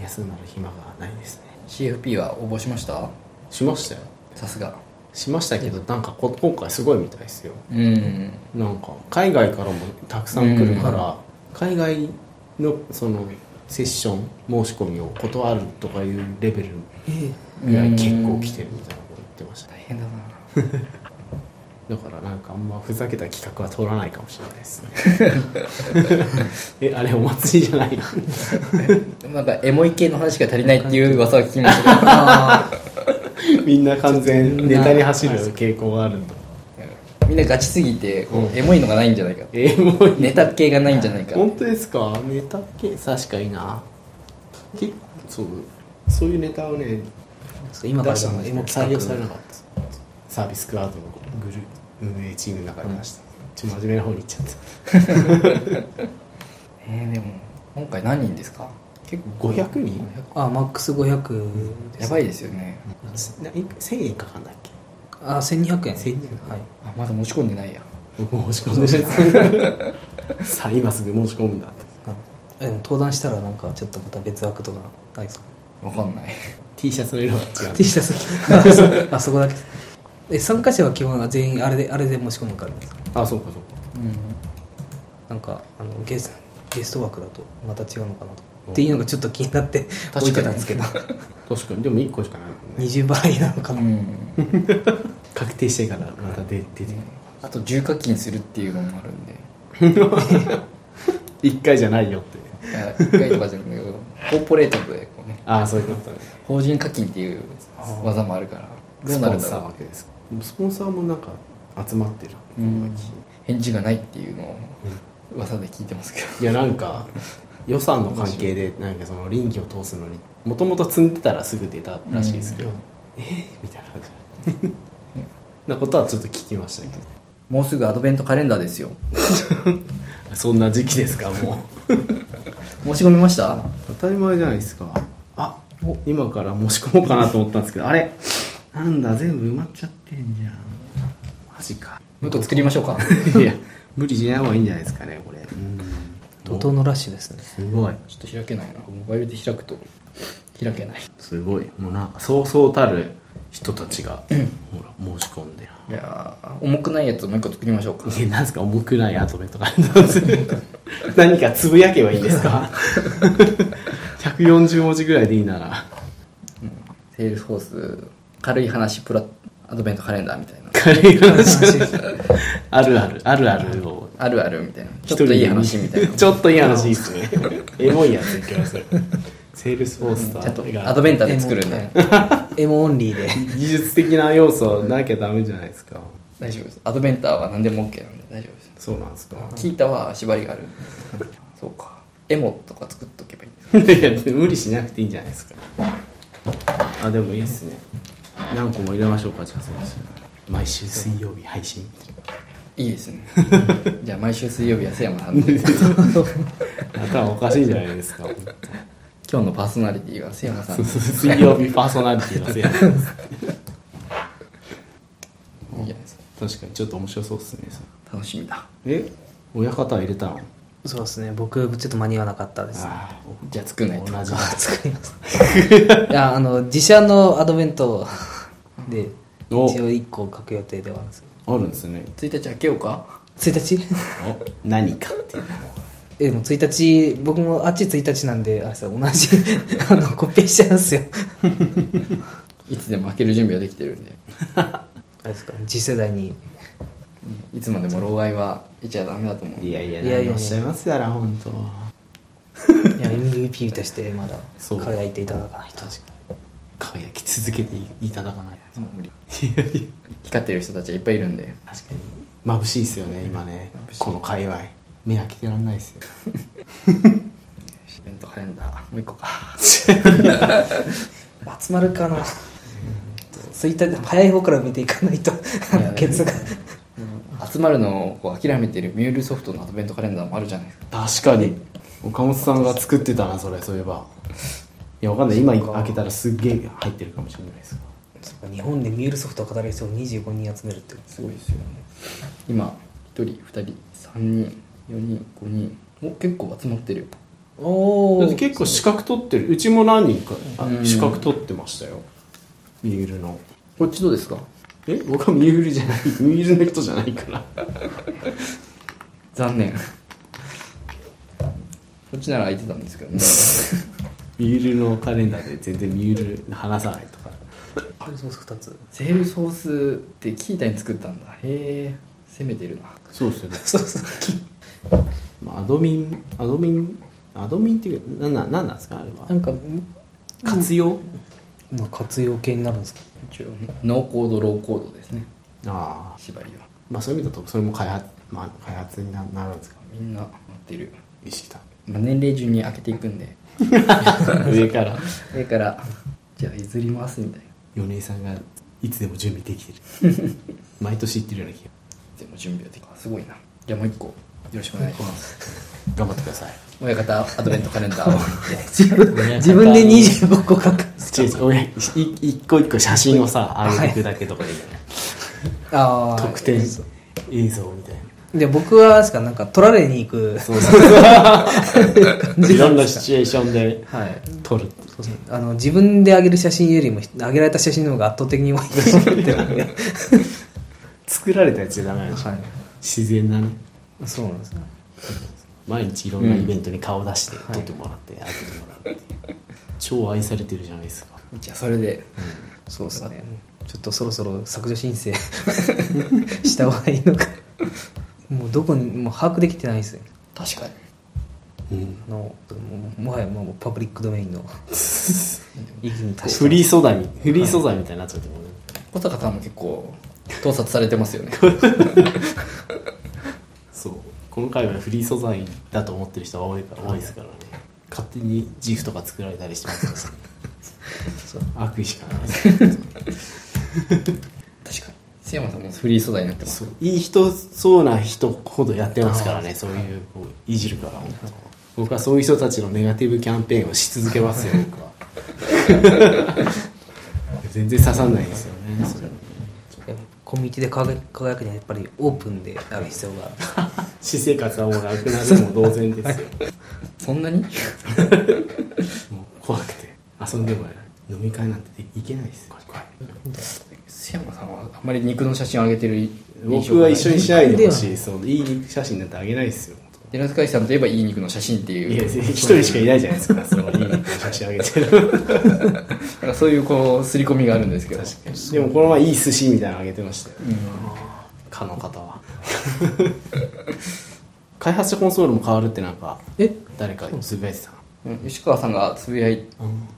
Speaker 2: 休んだる暇がないですね
Speaker 1: CFP は応募しました
Speaker 2: しましたよ
Speaker 1: さすが
Speaker 2: しましたけどなんかこ今回すごいみたいですよ
Speaker 1: うん
Speaker 2: なんか海外からもたくさん来るから、海外のそのセッション申し込みを断るとかいうレベル
Speaker 3: え
Speaker 2: ぐらい結構来てるみたいなこと言ってました
Speaker 1: 大
Speaker 2: ね
Speaker 1: 変だな
Speaker 2: だからなんかあんまふざけた企画は通らないかもしれないですね えあれお祭りじゃない
Speaker 1: でもなんかエモい系の話が足りないっていう噂は聞きましたけど
Speaker 2: みんな完全ネタに走る傾向があると
Speaker 1: みんなガチすぎてこう、
Speaker 2: うん
Speaker 1: エモいのがないんじゃないか
Speaker 2: えーもう
Speaker 1: ネタ系がないんじゃないか
Speaker 2: 本当ですかネタ系確かいいな結構そうそういうネタをね
Speaker 3: 今から
Speaker 2: 出し
Speaker 3: で
Speaker 2: たん
Speaker 3: も
Speaker 2: です
Speaker 3: エ
Speaker 2: けど採
Speaker 3: モ企
Speaker 2: 用さ
Speaker 3: 画
Speaker 2: れなかったですサービスクラウドのグループ運営チームの中で出した、ちょっと真面目な方に行っちゃった
Speaker 1: えー、でも今回何人ですか結構
Speaker 2: 500人
Speaker 3: あマックス500です
Speaker 1: やばいですよね
Speaker 2: な1000円かかんだっけ
Speaker 3: あ1200円
Speaker 2: 1200円
Speaker 3: はい
Speaker 1: あまだ持ち込んでないや
Speaker 2: 申し込んで るさあ今すぐ申し込むんだって
Speaker 3: あえでも登壇したらなんかちょっとまた別枠とかないですか
Speaker 1: わかんない
Speaker 2: T シャツの色は違う
Speaker 3: T シャツあそこだけえ参加者は基本は全員あれであれで申し込むからです
Speaker 2: あそうかそうか
Speaker 1: うん
Speaker 3: なんかあのゲスゲスト枠だとまた違うのかなとっていうのがちょっと気になって
Speaker 1: かに
Speaker 3: 置いてたんで すけど
Speaker 2: 確かにでも1個しかないもんね
Speaker 3: 20倍なのかな、
Speaker 1: うん
Speaker 2: 確定してからまた出て
Speaker 1: あと重課金するっていうのもあるんで
Speaker 2: 1回じゃないよって
Speaker 1: いや一回とかじゃなくてコーポレートでこうね
Speaker 2: ああそういうことね
Speaker 1: 法人課金っていう技もあるからどうなるん
Speaker 2: スポン
Speaker 1: だ
Speaker 2: サ
Speaker 1: ろ
Speaker 2: ーわけですでもスポンサーもなんか集まってる、
Speaker 1: う、うん、返事がないっていうのを噂で聞いてますけど
Speaker 2: いやなんか予算の関係でなんかその臨機を通すのにもともと積んでたらすぐ出たらしいですけど、
Speaker 1: うん
Speaker 2: えーみたいな感じ なことはちょっと聞きましたけど
Speaker 1: もうすぐアドベントカレンダーですよ
Speaker 2: そんな時期ですかもう
Speaker 1: 申し込みました
Speaker 2: 当たり前じゃないですかあお今から申し込もうかなと思ったんですけどあれなんだ全部埋まっちゃってんじゃんマジ か
Speaker 1: ムト作りましょうか
Speaker 2: いや無理しない方がいいんじゃないですかねこれうん
Speaker 3: 怒涛のラッシュですね
Speaker 2: すごい
Speaker 1: ちょっと開けないなモバイルで開くと開けない
Speaker 2: すごいもうなんかそうそうたる人たちがほら申し込んで る
Speaker 1: いやー重くないやつもう一個作りましょう か
Speaker 2: いやなんですか重くないアトメとかあるんですけど 何かつぶやけばいいんですか140文字ぐらいでいいなら
Speaker 1: セールスフォース軽い話プラアドベントカレンダーみたいな
Speaker 2: 軽い話あるあるあるあるを
Speaker 1: あるあるみたいなちょっといい話みたいな
Speaker 2: ちょっといい話いいっす ねエモいやついきますよセールスフォースタ
Speaker 1: ちゃんと
Speaker 2: ーが
Speaker 1: アドベンターで作るんで
Speaker 3: エモオンリーで
Speaker 2: 技術的な要素なきゃダメじゃないですか
Speaker 1: 大丈夫ですアドベンターは何でも OK なんで大丈夫です
Speaker 2: そうなんですか
Speaker 1: キータは縛りがあるそうかエモとか作っとけばいい
Speaker 2: いや無理しなくていいんじゃないですかあでもいいっすね何個も入れましょうかじゃあそうですね毎週水曜日配信
Speaker 1: いいです ねじゃあ毎週水曜日は瀬山さんで
Speaker 2: 頭おかしいんじゃないですか
Speaker 1: 今日のパーソナリティは瀬山さんで
Speaker 2: 水曜日パーソナリティのせいなんです
Speaker 1: いいじゃないですか
Speaker 2: 確かにちょっと面白そうっすねそれ
Speaker 1: 楽しみだ
Speaker 2: え親方入れたの
Speaker 3: そうですね僕ちょっと間に合わなかったです
Speaker 2: あ
Speaker 1: じゃあ作んない
Speaker 2: 同
Speaker 1: と
Speaker 2: じ
Speaker 3: 作りますいやあの自社のアドベントで一
Speaker 2: お
Speaker 3: 応1個書く予定ではあるんです
Speaker 2: あるんですね
Speaker 1: 1日開けようか
Speaker 3: けど1日
Speaker 2: お何かっていう
Speaker 3: えでも1日僕もあっち1日なんであれさ同じ あのコピーしちゃうんですよ
Speaker 1: いつでも開ける準備はできてるんで
Speaker 3: あれですか次世代に
Speaker 1: いつまでも老害はいちゃダメだと思う
Speaker 2: いやいや
Speaker 3: いやいや
Speaker 2: 何をおっしゃいますやら本当
Speaker 3: いや MVP としてまだ
Speaker 2: そう
Speaker 3: 輝いていただかないと
Speaker 2: 輝き続けていただかない
Speaker 1: もう無理光ってる人たちはいっぱいいるんで
Speaker 2: 確かに眩しいっすよね今ねこの界隈目開けてらんないっすよ
Speaker 1: イベントカレンダーもう一個か
Speaker 3: 集まるかな1日早い方から見ていかないと
Speaker 1: いや
Speaker 3: ケツが
Speaker 1: 集まるのをこう諦めてるミュールソフトのアドベントカレンダーもあるじゃないですか
Speaker 2: 確かに岡本さんが作ってたなそれそういえばいやわかんない今開けたらすっげえ入ってるかもしれないです
Speaker 3: そっか日本でミュールソフトを語る人を25人集めるってこと
Speaker 1: すごいですよね今1人2人3人4人5人お結構集まってる
Speaker 3: お
Speaker 2: だ
Speaker 3: お
Speaker 2: って結構資格取ってるうちも何人かあ
Speaker 1: うん
Speaker 2: 資格取ってましたよミュールの
Speaker 1: こっちどうですか
Speaker 2: え僕はミュールじゃないミュールの人じゃないから
Speaker 1: 残念こっちなら空いてたんですけど ね
Speaker 2: ミュールのカレンダーで全然ミュール話さないとか
Speaker 3: ミュールソフト2つ
Speaker 1: セールソースってキータに作ったんだへえ攻めてるな
Speaker 2: そうですよね
Speaker 3: そうそう
Speaker 2: まあアドミンアドミンアドミンっていうか何ななんなんですかあれ
Speaker 3: な
Speaker 2: は
Speaker 3: んか
Speaker 2: 活用、
Speaker 3: まあ活用系になるんですか
Speaker 1: 一応ノーコードローコードですね
Speaker 2: ああ
Speaker 1: 縛りは
Speaker 2: まあそういう意味だとそれも開発、まあ、開発にななるんですか
Speaker 1: みんな待ってる、
Speaker 2: 意識だ
Speaker 1: まあ、年齢順に開けていくんで
Speaker 2: 上から
Speaker 1: それからじゃあ譲りますみたいな
Speaker 2: 米井さんがいつでも準備できて る毎年言ってるような気が
Speaker 1: でも準備はできたすごいなじゃあもう一個よろしくお願いします
Speaker 2: 頑張ってください
Speaker 1: 親方アドベントカレンダーを
Speaker 3: 自分自分で25個書く
Speaker 2: 違う違う俺い一個一個写真をさ上げてくだけとかでいいんじゃ ない
Speaker 3: ああ
Speaker 2: 特典映像みたいな
Speaker 3: で僕はあれですかなんか取られに行く
Speaker 2: そうそういろんなシチュエーションで
Speaker 1: はい
Speaker 2: 撮る
Speaker 3: そうそうあの自分で上げる写真よりも上げられた写真の方が圧倒的に多いと思ってるんで
Speaker 2: 作られたやつじゃダメなんでしょ、
Speaker 3: はい
Speaker 2: 自然なね
Speaker 3: そうなんですね
Speaker 2: 毎日いろんなイベントに顔出して撮ってもらって、会ってもらうっていう超愛されてるじゃないですか
Speaker 1: じゃあそれで
Speaker 3: そうですねちょっとそろそろ削除申請 した方がいいのかもうどこにもう把握できてないですね
Speaker 1: 確かに
Speaker 2: うん
Speaker 3: あのもうもはやもうパブリックドメインの域に達し
Speaker 2: フリー素材みフリー素材みたいになっちゃってもね、
Speaker 1: 小坂さんも結構盗撮されてますよね
Speaker 2: そうこの界隈フリー素材だと思ってる人は多いから多いですからね勝手に GIF とか作られたりして ますからね
Speaker 3: そう
Speaker 2: 悪意しかない です
Speaker 1: 確かに瀬山さんもフリー素材になってます
Speaker 2: いい人そうな人ほどやってますからねそういうこういじるから本当僕はそういう人たちのネガティブキャンペーンをし続け ますよ僕は全然刺さんないですよねそれはね
Speaker 3: やっぱコミュニティで輝輝くにはやっぱりオープンである必要がある
Speaker 2: 私生活はもうなくなるのも同然ですよ
Speaker 1: そんなに
Speaker 2: もう怖くて遊んでもらえない飲み会なんていけないです怖い怖い
Speaker 1: 瀬山さんはあんまり肉の写真を上げてる印象
Speaker 2: 僕
Speaker 1: が
Speaker 2: は
Speaker 1: ない
Speaker 2: 一緒にしないでほしいそういい写真なんてあげないですよ
Speaker 1: 寺塚さんといえばいい肉の写真って
Speaker 2: い
Speaker 1: い
Speaker 2: や
Speaker 1: う
Speaker 2: 一人しかいないじゃないですかそのいい写真あげてる
Speaker 1: なんかそういうこう刷り込みがあるんですけど
Speaker 2: 確かにでもこの前いい寿司みたいなのあげてましたよ、かの方は 開発者コンソールも変わるってなんか
Speaker 3: え
Speaker 2: 誰かつぶやいてたの
Speaker 1: うん吉川さんがつぶやい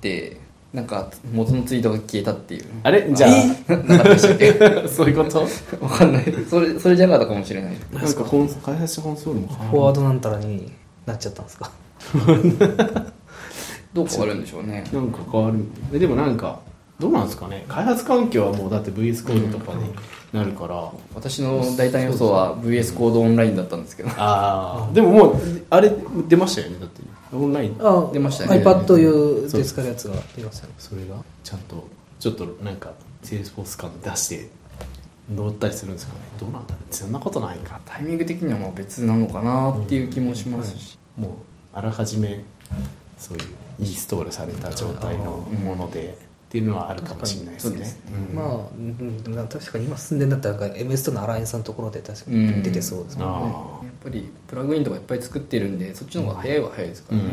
Speaker 1: てなんか元のツイートが消えたっていう
Speaker 2: あれじゃ
Speaker 1: なかったでしたっけ
Speaker 2: あ そういうこと
Speaker 1: わかんないそれそれじゃなかったかもしれない
Speaker 2: なんかコン開発者コンソールも変わ
Speaker 3: フォワードなんたらになっちゃったんですか
Speaker 1: どう変わるんでしょうね
Speaker 2: るなんか変わるえでもなんかどうなんですかね開発環境はもうだって VS コードとかになるから、
Speaker 1: 私の大胆予想は VS コードオンラインだったんですけど
Speaker 2: ああでももうあれ出ましたよねだってオンライン
Speaker 3: あ
Speaker 1: 出ましたね
Speaker 3: iPad 用で使うやつが出ましたね
Speaker 2: それがちゃんとちょっとなんかセールスフォース感出して登ったりするんですかねどうなんだろうそんなことないか
Speaker 1: タイミング的にはまあ別なのかなっていう気もしますし、
Speaker 2: もうあらかじめそういうインストールされた状態のものでっていうのはあるかもしれないで
Speaker 1: そ
Speaker 2: す
Speaker 1: う
Speaker 2: ね
Speaker 1: ですね
Speaker 2: うん
Speaker 3: まあ、うん、でも確かに今住んでんだったら MS との新井さんのところで確か
Speaker 1: うん
Speaker 3: に出てそうですね、
Speaker 2: ああ
Speaker 1: やっぱりプラグインとかいっぱい作ってるんでそっちの方が早いは早いですか
Speaker 2: う
Speaker 1: ら
Speaker 2: ん
Speaker 1: ね、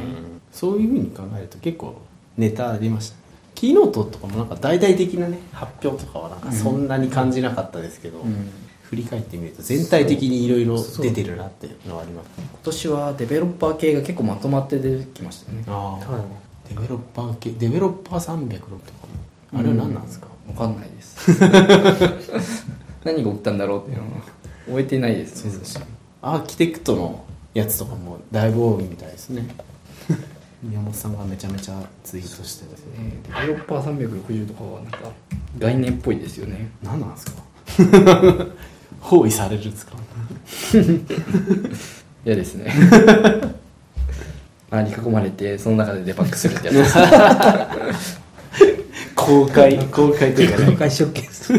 Speaker 2: そういうふうに考えると結構ネタありましたねキーノートとかもなんか大々的なね発表とかはなんかそんなに感じなかったですけど、
Speaker 1: うん
Speaker 2: 振り返ってみると全体的にいろいろ出てるなっていうのはあります
Speaker 1: 今年はデベロッパー系が結構まとまって出てきましたよね
Speaker 2: ああ、
Speaker 3: はい
Speaker 2: デベロッパー系デベロッパー306とかもあれは何なんですか、
Speaker 1: わかんないです 何が起きたんだろうっていうのは終えてないですね
Speaker 2: アーキテクトのやつとかもだいぶ多いみたいですね 宮本さんがめちゃめちゃツイートしてる
Speaker 1: えーデベロッパー360とかはなんか概念っぽいですよね
Speaker 2: 何なんですか 包囲されるんですか
Speaker 1: 嫌です ね周り囲まれてその中でデバッグするってやつ です
Speaker 2: 公開公開というか
Speaker 3: 公
Speaker 2: ね
Speaker 3: 開処刑です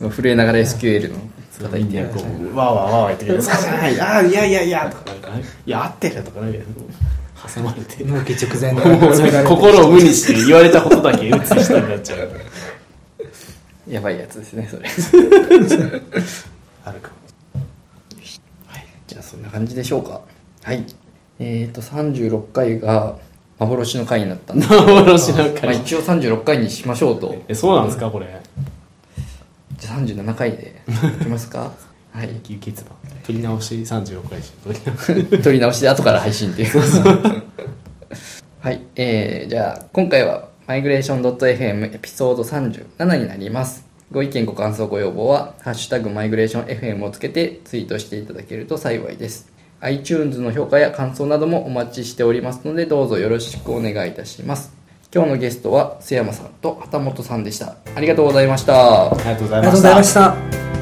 Speaker 1: 震えながら SQL の叩いてやる
Speaker 2: こうわーわーわーわー言ってくるそうじゃないああいやいやいやとかなんか、ね、いや合ってるとかなんか挟まれて
Speaker 3: 納期直前の
Speaker 2: もうなんか心を無にして言われたことだけ打つ人になっちゃう
Speaker 1: やばいやつですねそれ
Speaker 2: あるかも
Speaker 1: はいじゃあそんな感じでしょうかはいえっ、ー、と36回が幻の回になったん で、ま
Speaker 2: 幻の
Speaker 1: あ、
Speaker 2: 回
Speaker 1: 一応36回にしましょうと
Speaker 2: えそうなんですかこれ
Speaker 1: じゃあ37回でいきます かはい
Speaker 2: 有機決断取り直し36回し取り直し
Speaker 1: 撮り直しで後から配信っていうはい、えー、じゃあ今回はマイグレーション .fm エピソード37になりますご意見ご感想ご要望は「ハッシュタグマイグレーション FM」をつけてツイートしていただけると幸いです iTunes の評価や感想などもお待ちしておりますのでどうぞよろしくお願いいたします今日のゲストは瀬山さんと旗本さんでしたありがとうございました
Speaker 2: ありがとうござ
Speaker 3: あ
Speaker 2: い
Speaker 3: りが
Speaker 2: ま
Speaker 3: とうご
Speaker 2: し
Speaker 3: ざ
Speaker 2: た
Speaker 3: いました